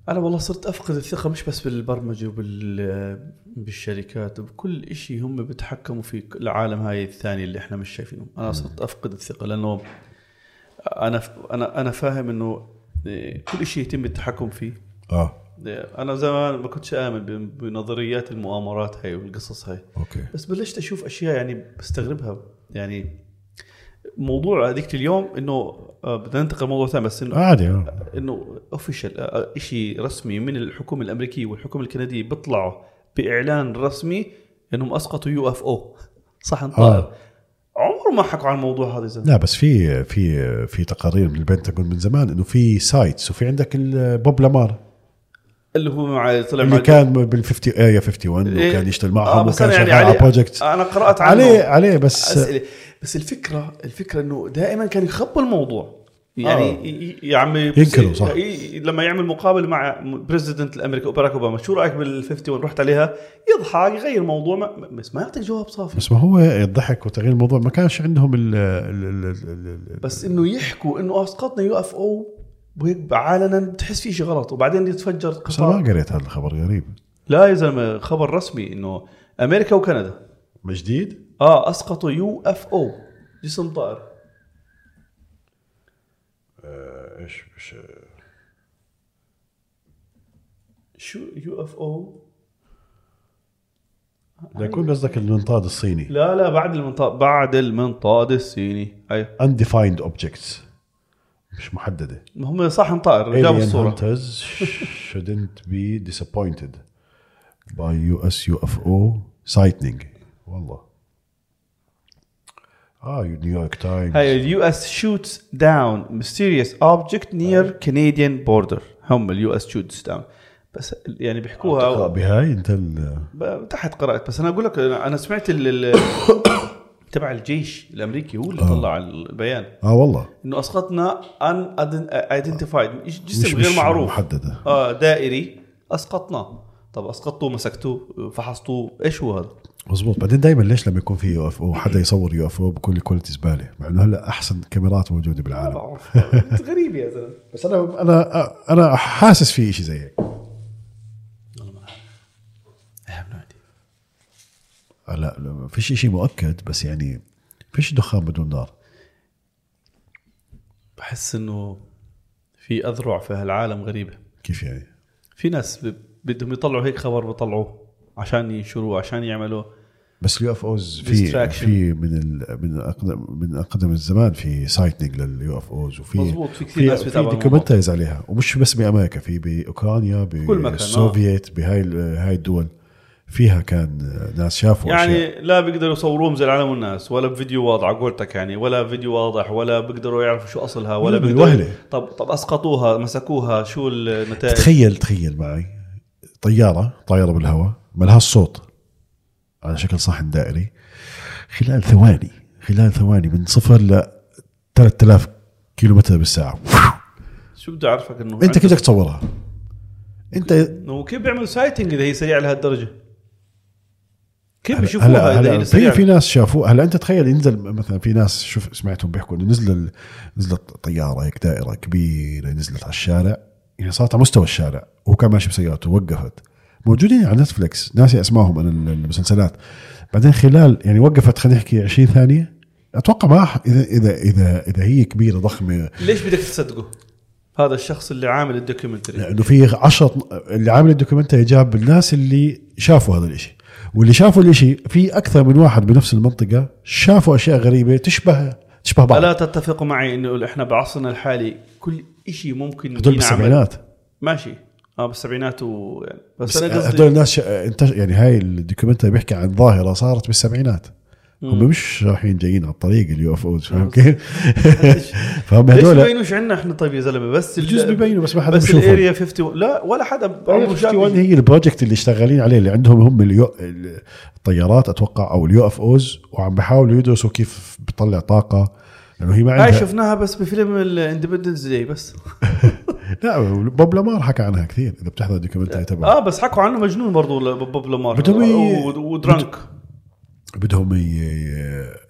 [SPEAKER 1] انا والله صرت افقد الثقه مش بس بالبرمجه وبال بالشركات وبكل شيء هم بيتحكموا في العالم هاي الثاني اللي احنا مش شايفينه انا صرت افقد الثقه لانه انا انا انا فاهم انه إيه، كل شيء يتم التحكم فيه
[SPEAKER 2] اه
[SPEAKER 1] إيه، انا زمان ما كنتش امن بن- بنظريات المؤامرات هاي والقصص هاي
[SPEAKER 2] اوكي
[SPEAKER 1] بس بلشت اشوف اشياء يعني بستغربها يعني موضوع هذيك اليوم انه آه، بدنا ننتقل لموضوع ثاني بس انه
[SPEAKER 2] آه، عادي آه.
[SPEAKER 1] انه اوفيشال شيء آه، رسمي من الحكومه الامريكيه والحكومه الكنديه بيطلعوا باعلان رسمي انهم اسقطوا يو اف او صحن طائر
[SPEAKER 2] آه.
[SPEAKER 1] عمره ما حكوا عن الموضوع هذا زمان
[SPEAKER 2] لا بس في في في تقارير من البنتاغون من زمان انه في سايتس وفي عندك ال- آه، بوب لامار
[SPEAKER 1] اللي هو مع طلع
[SPEAKER 2] اللي
[SPEAKER 1] مع
[SPEAKER 2] كان بال آه، 50 اريا 51
[SPEAKER 1] إيه.
[SPEAKER 2] وكان يشتغل
[SPEAKER 1] آه
[SPEAKER 2] معهم
[SPEAKER 1] بس
[SPEAKER 2] وكان
[SPEAKER 1] أنا يعني
[SPEAKER 2] شغال على
[SPEAKER 1] عليه-
[SPEAKER 2] بروجكت
[SPEAKER 1] انا قرات عنه
[SPEAKER 2] عليه عليه بس آه،
[SPEAKER 1] أسئلة. بس الفكره الفكره انه دائما كان يخبوا الموضوع يعني
[SPEAKER 2] آه.
[SPEAKER 1] ي- ي- يا عمي
[SPEAKER 2] ينكروا، صح.
[SPEAKER 1] ي- لما يعمل مقابله مع بريزيدنت الامريكا باراك اوباما شو رايك بال 51 رحت عليها يضحك يغير موضوع ما بس ما يعطيك جواب صافي
[SPEAKER 2] بس ما هو الضحك وتغيير الموضوع ما كانش عندهم ال ال- ال- ال- ال-
[SPEAKER 1] بس انه يحكوا انه اسقطنا يو اف او وهيك علنا بتحس في شيء غلط وبعدين يتفجر
[SPEAKER 2] بس انا
[SPEAKER 1] قطار
[SPEAKER 2] ما قريت هذا الخبر غريب
[SPEAKER 1] لا يا زلمه خبر رسمي انه امريكا وكندا
[SPEAKER 2] مش جديد؟
[SPEAKER 1] اه اسقطوا يو اف او جسم طائر آه،
[SPEAKER 2] ايش ايش
[SPEAKER 1] شو يو اف او
[SPEAKER 2] يكون قصدك المنطاد الصيني
[SPEAKER 1] لا لا بعد المنطاد بعد المنطاد الصيني اي
[SPEAKER 2] undefined objects مش محددة
[SPEAKER 1] هم صحن طائر جابوا
[SPEAKER 2] alien
[SPEAKER 1] الصوره
[SPEAKER 2] hunters shouldn't be disappointed by US UFO sighting والله اه نيويورك
[SPEAKER 1] هاي
[SPEAKER 2] تايمز
[SPEAKER 1] اليو اس شوتس داون ميستيريوس اوبجكت نير كنديان بوردر هم اليو اس شوتس داون بس يعني بيحكوها
[SPEAKER 2] تقرا بهاي انت ال-
[SPEAKER 1] ب- تحت قرات بس انا اقول لك انا أنا سمعت ال- ال- تبع الجيش الامريكي هو اللي
[SPEAKER 2] آه.
[SPEAKER 1] طلع البيان
[SPEAKER 2] اه والله
[SPEAKER 1] انه اسقطنا ان ايدنتيفايد
[SPEAKER 2] مش
[SPEAKER 1] جسم
[SPEAKER 2] مش
[SPEAKER 1] غير معروف
[SPEAKER 2] محددة
[SPEAKER 1] آه دائري اسقطناه طب اسقطتوه مسكتوه فحصتوه ايش هو هذا؟
[SPEAKER 2] مزبوط بعدين دائما ليش لما يكون في يو اف او حدا يصور يو اف او بكل كواليتي زباله مع انه هلا احسن كاميرات موجوده
[SPEAKER 1] ما
[SPEAKER 2] بالعالم
[SPEAKER 1] بعرف
[SPEAKER 2] (laughs)
[SPEAKER 1] غريب يا زلمه
[SPEAKER 2] بس انا انا انا حاسس في شيء زي هيك
[SPEAKER 1] إيه
[SPEAKER 2] لا لا ما فيش شيء مؤكد بس يعني فيش دخان بدون نار
[SPEAKER 1] بحس انه في اذرع في هالعالم غريبه
[SPEAKER 2] كيف يعني
[SPEAKER 1] في ناس ب- بدهم يطلعوا هيك خبر بطلعوه عشان ينشروه عشان يعملوه
[SPEAKER 2] بس اليو اف اوز في
[SPEAKER 1] Distraction.
[SPEAKER 2] في من ال من اقدم من اقدم الزمان في سايتنج لليو اف اوز وفي
[SPEAKER 1] مزبوط، في كثير ناس
[SPEAKER 2] في
[SPEAKER 1] بيتابعوا الموضوع.
[SPEAKER 2] دوكيومنتريز عليها ومش بس بامريكا في باوكرانيا
[SPEAKER 1] كل مكان، آه.
[SPEAKER 2] بالسوفيت بهاي ال- هاي الدول فيها كان ناس شافوا أشياء.
[SPEAKER 1] يعني لا بيقدروا يصوروهم زي العالم والناس ولا بفيديو واضح قولتك يعني ولا فيديو واضح ولا بيقدروا يعرفوا شو اصلها ولا
[SPEAKER 2] مم،
[SPEAKER 1] بيقدروا
[SPEAKER 2] الوهلة.
[SPEAKER 1] طب طب اسقطوها مسكوها شو
[SPEAKER 2] (laughs)
[SPEAKER 1] النتائج
[SPEAKER 2] تخيل تخيل معي طيارة طايرة بالهواء ما لهاش صوت على شكل صحن دائري خلال ثواني خلال ثواني من صفر ل 3000 كيلو متر بالساعه
[SPEAKER 1] شو بدي اعرفك انه
[SPEAKER 2] انت
[SPEAKER 1] عنده-
[SPEAKER 2] كيف بدك تصورها؟ انت
[SPEAKER 1] انه كيف بيعملوا سايتنج اذا هي سريعه لهالدرجه؟ كيف
[SPEAKER 2] هلا-
[SPEAKER 1] بيشوفوها اذا
[SPEAKER 2] هلا هلا
[SPEAKER 1] هي
[SPEAKER 2] في
[SPEAKER 1] سريعه؟
[SPEAKER 2] في ناس شافوه هلا انت تخيل ينزل مثلا في ناس شوف سمعتهم بيحكوا انه نزل ال- نزلت طياره هيك دائره كبيره نزلت على الشارع يعني صارت على مستوى الشارع وهو كان ماشي بسيارته وقفت موجودين على نتفلكس ناسي اسمائهم انا ال- المسلسلات بعدين خلال يعني وقفت خلينا نحكي 20 ثانيه اتوقع ما أح- اذا اذا اذا اذا هي كبيره ضخمه
[SPEAKER 1] ليش بدك تصدقه؟ هذا الشخص اللي عامل الدوكيومنتري
[SPEAKER 2] لانه في 10 اللي عامل الدوكيومنتري جاب الناس اللي شافوا هذا الاشي واللي شافوا الاشي في اكثر من واحد بنفس المنطقه شافوا اشياء غريبه تشبه تشبه بعض
[SPEAKER 1] الا تتفق معي انه احنا بعصرنا الحالي كل شيء ممكن
[SPEAKER 2] هدول
[SPEAKER 1] ينعمل.
[SPEAKER 2] بالسبعينات
[SPEAKER 1] ماشي اه بالسبعينات ويعني بس,
[SPEAKER 2] بس آه،
[SPEAKER 1] بس انا
[SPEAKER 2] هدول
[SPEAKER 1] قصدي
[SPEAKER 2] الناس ش... انت يعني هاي الدوكيومنتري بيحكي عن ظاهره صارت بالسبعينات هم مش رايحين جايين على الطريق اليو اف اوز فاهم كيف؟ (laughs)
[SPEAKER 1] (laughs)
[SPEAKER 2] فهم
[SPEAKER 1] ليش ما
[SPEAKER 2] هدول
[SPEAKER 1] بيبينوش عنا احنا طيب يا زلمه بس ال-
[SPEAKER 2] بجوز ببينوا بس ما حدا
[SPEAKER 1] بس
[SPEAKER 2] بيشوفهم
[SPEAKER 1] الاريا 50 لا ولا حدا عمره شاف
[SPEAKER 2] 51 هي البروجكت اللي شغالين عليه اللي عندهم هم اليو... الطيارات اتوقع او اليو اف اوز وعم بحاولوا يدرسوا كيف بتطلع طاقه لانه هي ما
[SPEAKER 1] هاي
[SPEAKER 2] عندها
[SPEAKER 1] شفناها بس بفيلم الاندبندنس داي بس
[SPEAKER 2] لا بوب لامار حكى عنها كثير اذا بتحضر الدوكيومنتري تبعه
[SPEAKER 1] اه بس حكوا عنه مجنون برضه بوب لامار
[SPEAKER 2] بدهم ي-
[SPEAKER 1] و- ودرانك
[SPEAKER 2] بدهم ي...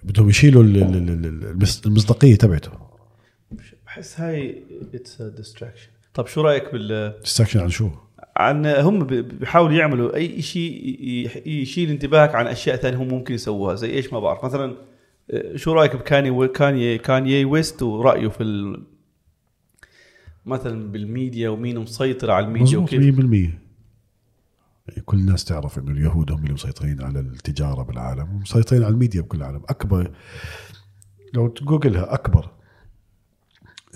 [SPEAKER 2] بدهم يشيلوا ال- ال- ال- ال- المص- المصداقيه تبعته
[SPEAKER 1] بحس هاي اتس ديستراكشن طب شو رايك بال
[SPEAKER 2] ديستراكشن عن شو؟
[SPEAKER 1] عن هم بي- بيحاولوا يعملوا اي شيء ي- يشيل انتباهك عن اشياء ثانيه هم ممكن يسووها زي ايش ما بعرف مثلا آه، شو رايك بكاني كاني كاني ويست ورايه في ال... مثلا بالميديا ومين مسيطر على الميديا
[SPEAKER 2] مظبوط 100%
[SPEAKER 1] وكيف
[SPEAKER 2] كل الناس تعرف انه اليهود هم اللي مسيطرين على التجاره بالعالم ومسيطرين على الميديا بكل العالم اكبر لو تجوجلها اكبر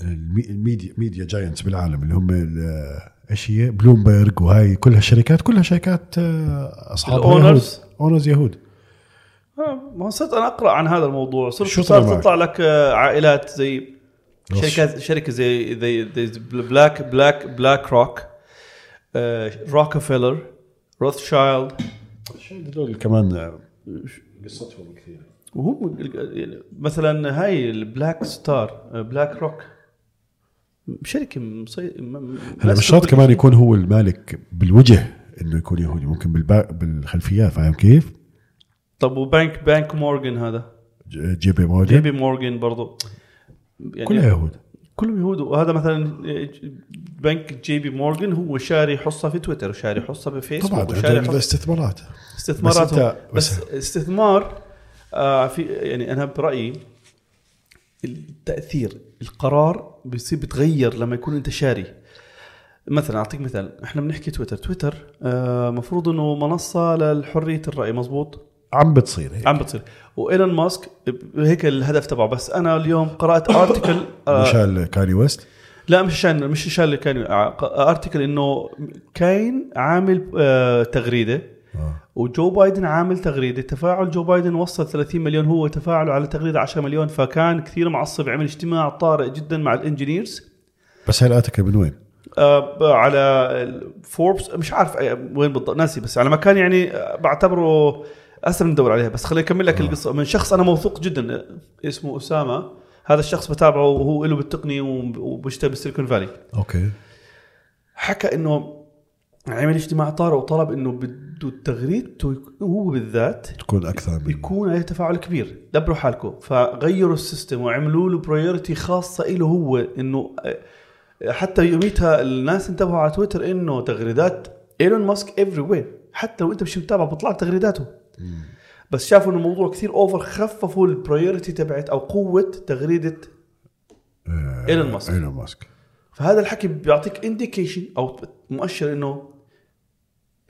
[SPEAKER 2] المي- الميديا ميديا جاينتس بالعالم اللي هم ال- ايش هي بلومبرج وهاي كلها شركات كلها شركات آه، اصحاب
[SPEAKER 1] الأونرز.
[SPEAKER 2] اونرز يهود
[SPEAKER 1] آه، ما صرت انا اقرا عن هذا الموضوع صرت
[SPEAKER 2] شو
[SPEAKER 1] صار
[SPEAKER 2] طلع معك؟
[SPEAKER 1] تطلع لك آه، عائلات زي
[SPEAKER 2] بس.
[SPEAKER 1] شركه شركه زي زي بلاك بلاك بلاك روك آه، روكفيلر روثشايلد
[SPEAKER 2] هذول كمان آه، قصتهم كثير
[SPEAKER 1] وهم يعني مثلا هاي البلاك ستار بلاك روك شركه مصي... م- م-
[SPEAKER 2] هلا
[SPEAKER 1] ناس
[SPEAKER 2] مش شرط
[SPEAKER 1] تدخل-
[SPEAKER 2] كمان يكون هو المالك بالوجه انه يكون يهودي ممكن بالبا... بالخلفيات فاهم كيف؟
[SPEAKER 1] طب وبنك بنك مورغان هذا
[SPEAKER 2] ج- جي بي
[SPEAKER 1] جي
[SPEAKER 2] مورجن
[SPEAKER 1] بي مورغان برضه يعني
[SPEAKER 2] كلها يهود
[SPEAKER 1] كلهم يهود وهذا مثلا بنك جي بي مورغان هو شاري حصه في تويتر وشاري حصه بفيسبوك
[SPEAKER 2] طبعا
[SPEAKER 1] وشاري
[SPEAKER 2] هدول
[SPEAKER 1] حصه
[SPEAKER 2] استثمارات
[SPEAKER 1] استثمارات
[SPEAKER 2] بس أنت-
[SPEAKER 1] بس,
[SPEAKER 2] بس-
[SPEAKER 1] بس استثمار آه في يعني انا برايي التاثير القرار بيصير بتغير لما يكون انت شاري مثلا اعطيك مثال احنا بنحكي تويتر تويتر آه مفروض انه منصه لحريه الراي مزبوط
[SPEAKER 2] عم بتصير هيك
[SPEAKER 1] عم بتصير وايلون ماسك هيك الهدف تبعه بس انا اليوم
[SPEAKER 2] (coughs)
[SPEAKER 1] قرات ارتكل آه
[SPEAKER 2] مشان كاني ويست
[SPEAKER 1] لا مش عشان مش عشان اللي كان آه، ارتكل انه كاين عامل آه تغريده
[SPEAKER 2] آه.
[SPEAKER 1] وجو بايدن عامل تغريده تفاعل جو بايدن وصل 30 مليون هو تفاعله على تغريده 10 مليون فكان كثير معصب عمل اجتماع طارئ جدا مع الانجينيرز
[SPEAKER 2] بس هاي الاتكل من وين؟
[SPEAKER 1] آه، على فوربس مش عارف أي- وين بالضبط ناسي بس على مكان يعني آه، بعتبره اسهل ندور عليها بس خليني اكمل لك القصه من شخص انا موثوق جدا آه، اسمه اسامه هذا الشخص بتابعه وهو له بالتقنيه وب- وبيشتغل بالسيليكون فالي
[SPEAKER 2] اوكي
[SPEAKER 1] حكى انه عمل اجتماع طارئ وطلب انه بده تغريدته يك- هو بالذات
[SPEAKER 2] تكون اكثر من
[SPEAKER 1] يكون عليه تفاعل كبير دبروا حالكم فغيروا السيستم وعملوا له برايورتي خاصه له هو انه آه، حتى يوميتها الناس انتبهوا على تويتر انه تغريدات ايلون ماسك افري وير حتى لو انت مش متابع بيطلع لك تغريداته بس شافوا انه الموضوع كثير اوفر خففوا البرايورتي تبعت او قوه تغريده
[SPEAKER 2] آه،
[SPEAKER 1] إيلون ماسك.
[SPEAKER 2] ايلون ماسك
[SPEAKER 1] فهذا الحكي بيعطيك انديكيشن او مؤشر انه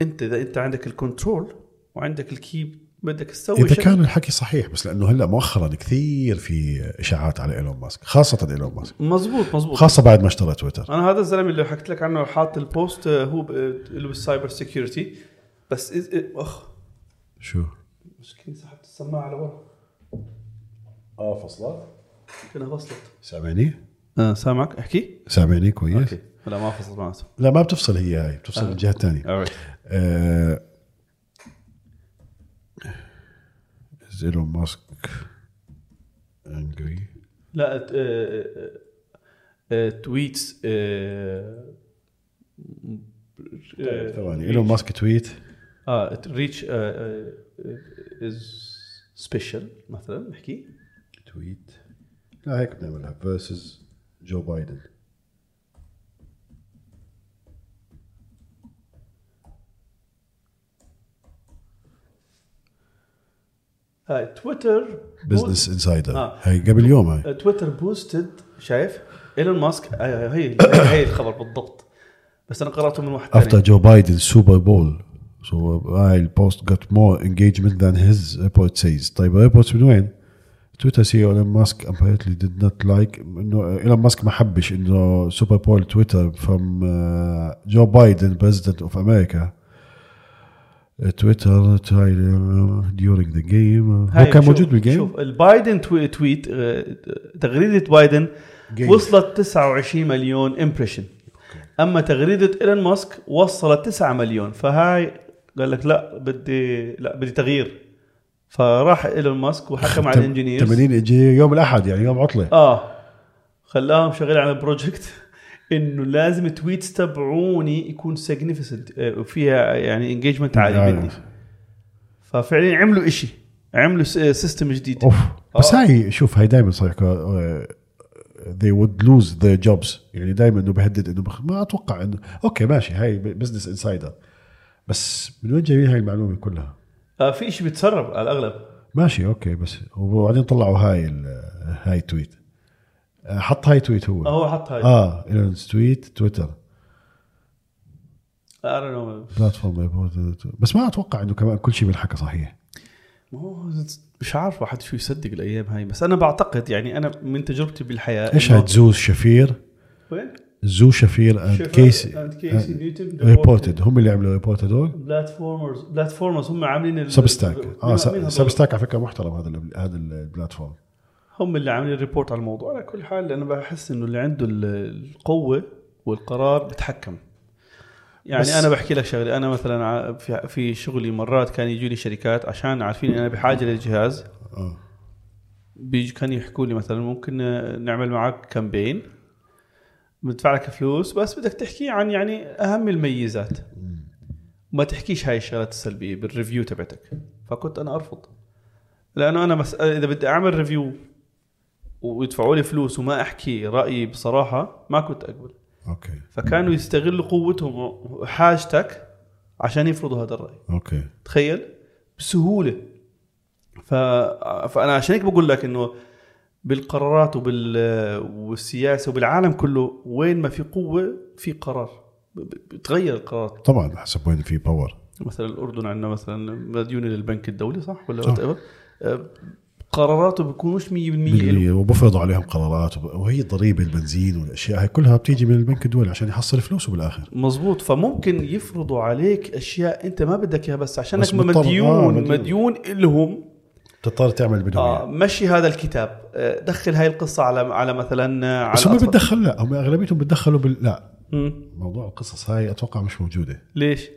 [SPEAKER 1] انت اذا انت عندك الكنترول وعندك الكي بدك تسوي
[SPEAKER 2] اذا
[SPEAKER 1] شغلة.
[SPEAKER 2] كان الحكي صحيح بس لانه هلا مؤخرا كثير في اشاعات على ايلون ماسك خاصه ايلون ماسك
[SPEAKER 1] مزبوط مزبوط
[SPEAKER 2] خاصه بعد ما اشترى تويتر
[SPEAKER 1] انا هذا الزلمه اللي حكيت لك عنه حاط البوست آه، هو ب- اللي بالسايبر سيكيورتي بس إز... إيه، اخ
[SPEAKER 2] شو؟
[SPEAKER 1] مسكين سحبت السماعه على ورا
[SPEAKER 2] اه فصلت
[SPEAKER 1] كانها فصلت
[SPEAKER 2] سامعني؟
[SPEAKER 1] آه سامعك احكي
[SPEAKER 2] سامعني كويس؟
[SPEAKER 1] اوكي لا ما فصلت معناته
[SPEAKER 2] لا ما بتفصل هي هاي بتفصل
[SPEAKER 1] آه.
[SPEAKER 2] الجهه الثانيه آه، إز ايلون ماسك انجري
[SPEAKER 1] لا ت- آه، آه، آه، تويتس آه، آه،
[SPEAKER 2] ثواني ايلون ماسك تويت
[SPEAKER 1] اه ريتش آه، از سبيشال مثلا نحكي
[SPEAKER 2] تويت لا هيك بنعملها فيرسز جو بايدن
[SPEAKER 1] آه تويتر
[SPEAKER 2] بزنس انسايدر
[SPEAKER 1] آه.
[SPEAKER 2] هاي قبل يوم هاي
[SPEAKER 1] تويتر بوستد شايف ايلون ماسك آه، هي هي الخبر بالضبط بس انا قراته من واحد
[SPEAKER 2] after
[SPEAKER 1] ثاني
[SPEAKER 2] Joe Biden's Super Bowl. So while post got more engagement than his report says. طيب الريبورتس من وين؟ E تويتر سي ايلون ماسك apparently did not like انه ايلون ماسك ما حبش انه سوبر بول تويتر from جو بايدن president of America. تويتر تراي uh, during the game
[SPEAKER 1] هاي
[SPEAKER 2] هو كان
[SPEAKER 1] شوف-
[SPEAKER 2] موجود بالجيم
[SPEAKER 1] شوف البايدن تو- تويت آه، تغريده بايدن
[SPEAKER 2] Game.
[SPEAKER 1] وصلت 29 مليون امبريشن اما تغريده ايلون ماسك وصلت 9 مليون فهاي قال لك لا بدي لا بدي تغيير فراح ايلون ماسك وحكم على الانجينيرز
[SPEAKER 2] 80 انجينير يوم الاحد يعني يوم عطله
[SPEAKER 1] اه خلاهم شغالين على (laughs) بروجكت انه لازم التويتس تبعوني يكون سيجنيفيسنت وفيها يعني انجيجمنت عالي
[SPEAKER 2] عالي.
[SPEAKER 1] مني ففعليا عملوا إشي عملوا سيستم جديد
[SPEAKER 2] اوف بس هاي شوف هاي دائما صحيح آه، they would lose their jobs يعني دائما انه بهدد انه بخ... ما اتوقع انه اوكي ماشي هاي بزنس انسايدر بس من وين جايبين هاي المعلومه كلها؟
[SPEAKER 1] آه في إشي بيتسرب على الاغلب
[SPEAKER 2] ماشي اوكي بس وبعدين طلعوا هاي ال... هاي تويت حط هاي تويت هو
[SPEAKER 1] آه، هو حط هاي
[SPEAKER 2] اه ايلون تويت تويتر
[SPEAKER 1] I don't know.
[SPEAKER 2] بلاتفورم بس ما اتوقع انه كمان كل شيء بالحكى صحيح
[SPEAKER 1] ما هو مش عارف واحد شو يصدق الايام هاي بس انا بعتقد يعني انا من تجربتي بالحياه
[SPEAKER 2] ايش
[SPEAKER 1] إنه-
[SPEAKER 2] هاد زو شفير
[SPEAKER 1] وين؟
[SPEAKER 2] زو شفير اند كيسي
[SPEAKER 1] and Casey Newton
[SPEAKER 2] ريبورتد هم اللي عملوا ريبورت هدول
[SPEAKER 1] بلاتفورمرز بلاتفورمرز هم عاملين ال-
[SPEAKER 2] سبستاك اه
[SPEAKER 1] مين هذول؟
[SPEAKER 2] سبستاك على فكره محترم هذا ال- هذا البلاتفورم
[SPEAKER 1] هم اللي عاملين ريبورت على الموضوع على كل حال انا بحس انه اللي عنده ال- القوه والقرار بتحكم
[SPEAKER 2] بس-
[SPEAKER 1] يعني انا بحكي لك شغله انا مثلا ع- في في شغلي مرات كان يجوا لي شركات عشان عارفين إن انا بحاجه للجهاز
[SPEAKER 2] اه
[SPEAKER 1] بيجي كان يحكوا لي مثلا ممكن آه، نعمل معك كامبين بندفع لك فلوس بس بدك تحكي عن يعني اهم الميزات ما تحكيش هاي الشغلات السلبيه بالريفيو تبعتك فكنت انا ارفض لانه انا مس... اذا بدي اعمل ريفيو ويدفعوا لي فلوس وما احكي رايي بصراحه ما كنت اقبل
[SPEAKER 2] اوكي
[SPEAKER 1] فكانوا يستغلوا قوتهم وحاجتك عشان يفرضوا هذا الراي
[SPEAKER 2] اوكي
[SPEAKER 1] تخيل بسهوله ف... فانا عشان هيك بقول لك انه بالقرارات وبال والسياسه وبالعالم كله وين ما في قوه في قرار ب- ب- بتغير القرارات
[SPEAKER 2] طبعا حسب وين في باور
[SPEAKER 1] مثلا الاردن عندنا مثلا مديونه للبنك الدولي صح ولا
[SPEAKER 2] صح.
[SPEAKER 1] صح. قراراته بيكونوش 100% له
[SPEAKER 2] باللي- وبفرضوا عليهم قرارات وب- وهي ضريبه البنزين والاشياء هاي كلها بتيجي من البنك الدولي عشان يحصل فلوسه بالاخر
[SPEAKER 1] مزبوط فممكن يفرضوا عليك اشياء انت ما بدك اياها بس عشانك
[SPEAKER 2] بس مضطر- آه،
[SPEAKER 1] مديون
[SPEAKER 2] مديون.
[SPEAKER 1] مديون الهم
[SPEAKER 2] بتضطر تعمل
[SPEAKER 1] آه
[SPEAKER 2] بدون
[SPEAKER 1] مشي هذا الكتاب آه، دخل هاي القصه على على مثلا آه، على
[SPEAKER 2] بس هم
[SPEAKER 1] الأطفال.
[SPEAKER 2] بتدخل لا هم اغلبيتهم بتدخلوا بال لا
[SPEAKER 1] مم.
[SPEAKER 2] موضوع القصص هاي اتوقع مش موجوده
[SPEAKER 1] ليش؟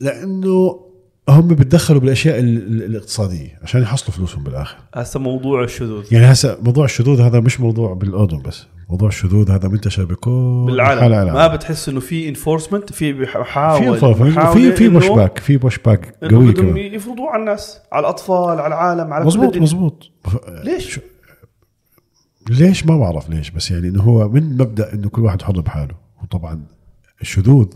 [SPEAKER 2] لانه هم بتدخلوا بالاشياء ال- ال- الاقتصاديه عشان يحصلوا فلوسهم بالاخر
[SPEAKER 1] هسه موضوع الشذوذ
[SPEAKER 2] يعني هسه موضوع الشذوذ هذا مش موضوع بالاردن بس موضوع الشذوذ هذا منتشر بكل
[SPEAKER 1] بالعالم ما بتحس انه في انفورسمنت في بحاول
[SPEAKER 2] في انفرافنج
[SPEAKER 1] محاولة
[SPEAKER 2] في في
[SPEAKER 1] إنه-
[SPEAKER 2] بوش باك في بوش باك
[SPEAKER 1] إنه
[SPEAKER 2] قوي
[SPEAKER 1] بدهم
[SPEAKER 2] كمان
[SPEAKER 1] يفرضوه على الناس على الاطفال على العالم على كل
[SPEAKER 2] مزبوط
[SPEAKER 1] الدنيا.
[SPEAKER 2] مزبوط
[SPEAKER 1] ليش؟
[SPEAKER 2] ليش ما بعرف ليش بس يعني انه هو من مبدا انه كل واحد حر بحاله وطبعا الشذوذ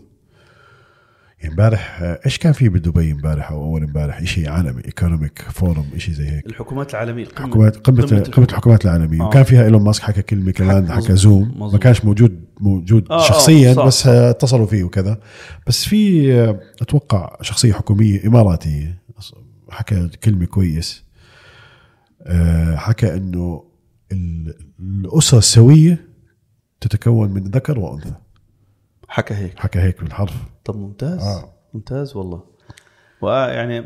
[SPEAKER 2] يعني امبارح آه، ايش كان في بدبي امبارح او اول امبارح شيء عالمي ايكونوميك فورم شيء زي هيك
[SPEAKER 1] الحكومات العالميه القمة.
[SPEAKER 2] حكومات قمه
[SPEAKER 1] قمة
[SPEAKER 2] قمه الحكومات العالميه
[SPEAKER 1] آه.
[SPEAKER 2] وكان فيها ايلون ماسك حكى كلمه كمان
[SPEAKER 1] حكى
[SPEAKER 2] حكى
[SPEAKER 1] مظبوط،
[SPEAKER 2] زوم ما
[SPEAKER 1] مظبوط.
[SPEAKER 2] كانش موجود موجود
[SPEAKER 1] آه، آه،
[SPEAKER 2] شخصيا
[SPEAKER 1] صح،
[SPEAKER 2] بس آه، اتصلوا فيه وكذا بس في آه، اتوقع شخصيه حكوميه اماراتيه أص- حكى كلمه كويس آه، حكى انه ال- الاسره السويه تتكون من ذكر وانثى
[SPEAKER 1] حكى هيك
[SPEAKER 2] حكى هيك بالحرف
[SPEAKER 1] طب ممتاز
[SPEAKER 2] آه.
[SPEAKER 1] ممتاز والله ويعني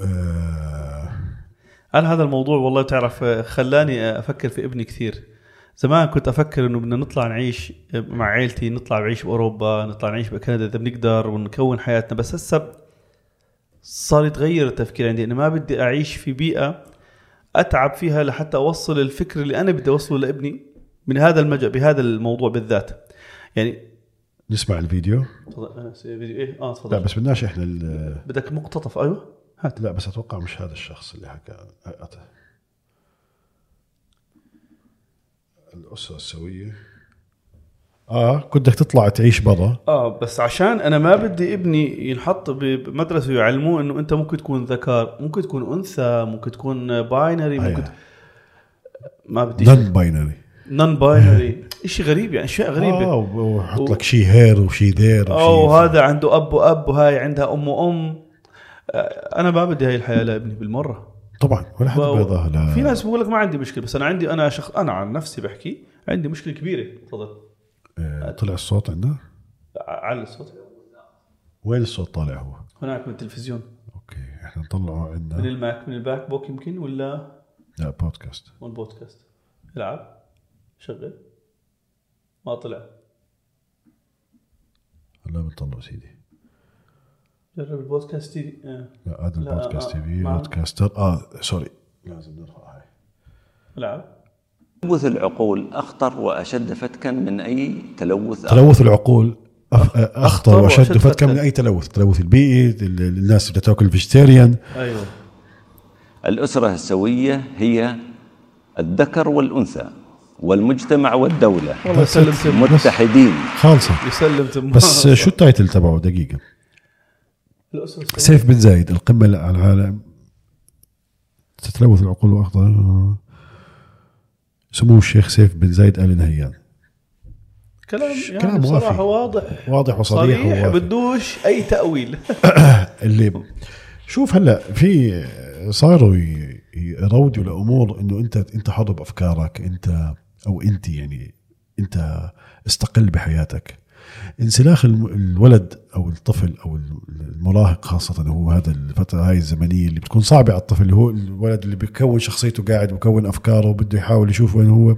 [SPEAKER 2] آه،
[SPEAKER 1] انا هذا الموضوع والله تعرف آه، خلاني آه، افكر في ابني كثير زمان كنت افكر انه بدنا نطلع نعيش آه، مع عيلتي نطلع نعيش باوروبا نطلع نعيش بكندا اذا بنقدر ونكون حياتنا بس هسه صار يتغير التفكير عندي انا ما بدي اعيش في بيئه اتعب فيها لحتى اوصل الفكر اللي انا بدي اوصله لابني من هذا المجال بهذا الموضوع بالذات يعني
[SPEAKER 2] نسمع الفيديو
[SPEAKER 1] تفضل أنا أسوي فيديو ايه اه
[SPEAKER 2] لا
[SPEAKER 1] تفضل
[SPEAKER 2] بس بدناش احنا ال-
[SPEAKER 1] بدك مقتطف ايوه هات
[SPEAKER 2] لا بس اتوقع مش هذا الشخص اللي حكى أت- الاسره السويه اه كنت بدك تطلع تعيش برا
[SPEAKER 1] اه بس عشان انا ما بدي ابني ينحط ب- بمدرسه يعلموه انه انت ممكن تكون ذكر ممكن تكون انثى ممكن تكون باينري ممكن ت- ما بدي
[SPEAKER 2] نون باينري
[SPEAKER 1] نون باينري شيء غريب يعني اشياء غريبه
[SPEAKER 2] اه وب- وحط لك شي هير وشي ذير
[SPEAKER 1] او هذا عنده اب واب وهاي عندها ام وام آه، انا ما بدي هاي الحياه لابني بالمره
[SPEAKER 2] طبعا ولا حد
[SPEAKER 1] و-
[SPEAKER 2] بيرضاها لا
[SPEAKER 1] في ناس بقول لك ما عندي مشكله بس انا عندي انا شخص انا عن نفسي بحكي عندي مشكله كبيره تفضل
[SPEAKER 2] آه، طلع الصوت عندنا
[SPEAKER 1] على الصوت
[SPEAKER 2] وين الصوت طالع هو
[SPEAKER 1] هناك من التلفزيون
[SPEAKER 2] اوكي احنا نطلعه
[SPEAKER 1] من
[SPEAKER 2] عندنا
[SPEAKER 1] الماك من الباك بوك يمكن ولا
[SPEAKER 2] لا بودكاست
[SPEAKER 1] من بودكاست العب شغل ما طلع
[SPEAKER 2] هلا بنطلعه سيدي
[SPEAKER 1] جرب البودكاست تي في آه.
[SPEAKER 2] لا هذا
[SPEAKER 1] لا،
[SPEAKER 2] البودكاست تي
[SPEAKER 1] آه،
[SPEAKER 2] في
[SPEAKER 1] ما-
[SPEAKER 2] بودكاستر اه سوري لازم نرفع هاي
[SPEAKER 1] العب
[SPEAKER 3] تلوث العقول أخطر وأشد فتكا من أي تلوث آخر.
[SPEAKER 2] تلوث العقول أخ- اخطر واشد
[SPEAKER 1] وأشد
[SPEAKER 2] فتكا من
[SPEAKER 1] فتكاً.
[SPEAKER 2] اي تلوث التلوث البيئي ال- الناس اللي تاكل فيجيتيريان
[SPEAKER 1] ايوه
[SPEAKER 2] أيوه.
[SPEAKER 3] الأسرة السوية هي الذكر والأنثى والمجتمع والدولة
[SPEAKER 1] والله
[SPEAKER 2] بس-
[SPEAKER 1] يسلم تم
[SPEAKER 3] متحدين
[SPEAKER 2] خالصه
[SPEAKER 1] يسلم تم
[SPEAKER 2] (laughs) بس شو التايتل تبعه دقيقه
[SPEAKER 1] الاسره السعودية.
[SPEAKER 2] سيف بن زايد القمه على العالم تتلوث العقول واخطر سمو الشيخ سيف بن زايد ال نهيان
[SPEAKER 1] كلام
[SPEAKER 2] ش-
[SPEAKER 1] يعني
[SPEAKER 2] كلام
[SPEAKER 1] كلام بصراحه
[SPEAKER 2] وافي.
[SPEAKER 1] واضح
[SPEAKER 2] واضح وصريح
[SPEAKER 1] صريح
[SPEAKER 2] ووافي.
[SPEAKER 1] بدوش اي تاويل
[SPEAKER 2] اللي شوف هلا في صاروا ي- يروجوا لامور انه انت انت حر بافكارك انت او انت يعني انت استقل بحياتك انسلاخ الم- الولد او الطفل او ال- المراهق خاصه هو هذا الفتره هاي الزمنيه اللي بتكون صعبه على الطفل اللي هو الولد اللي بيكون شخصيته قاعد بكون افكاره وبده يحاول يشوف وين هو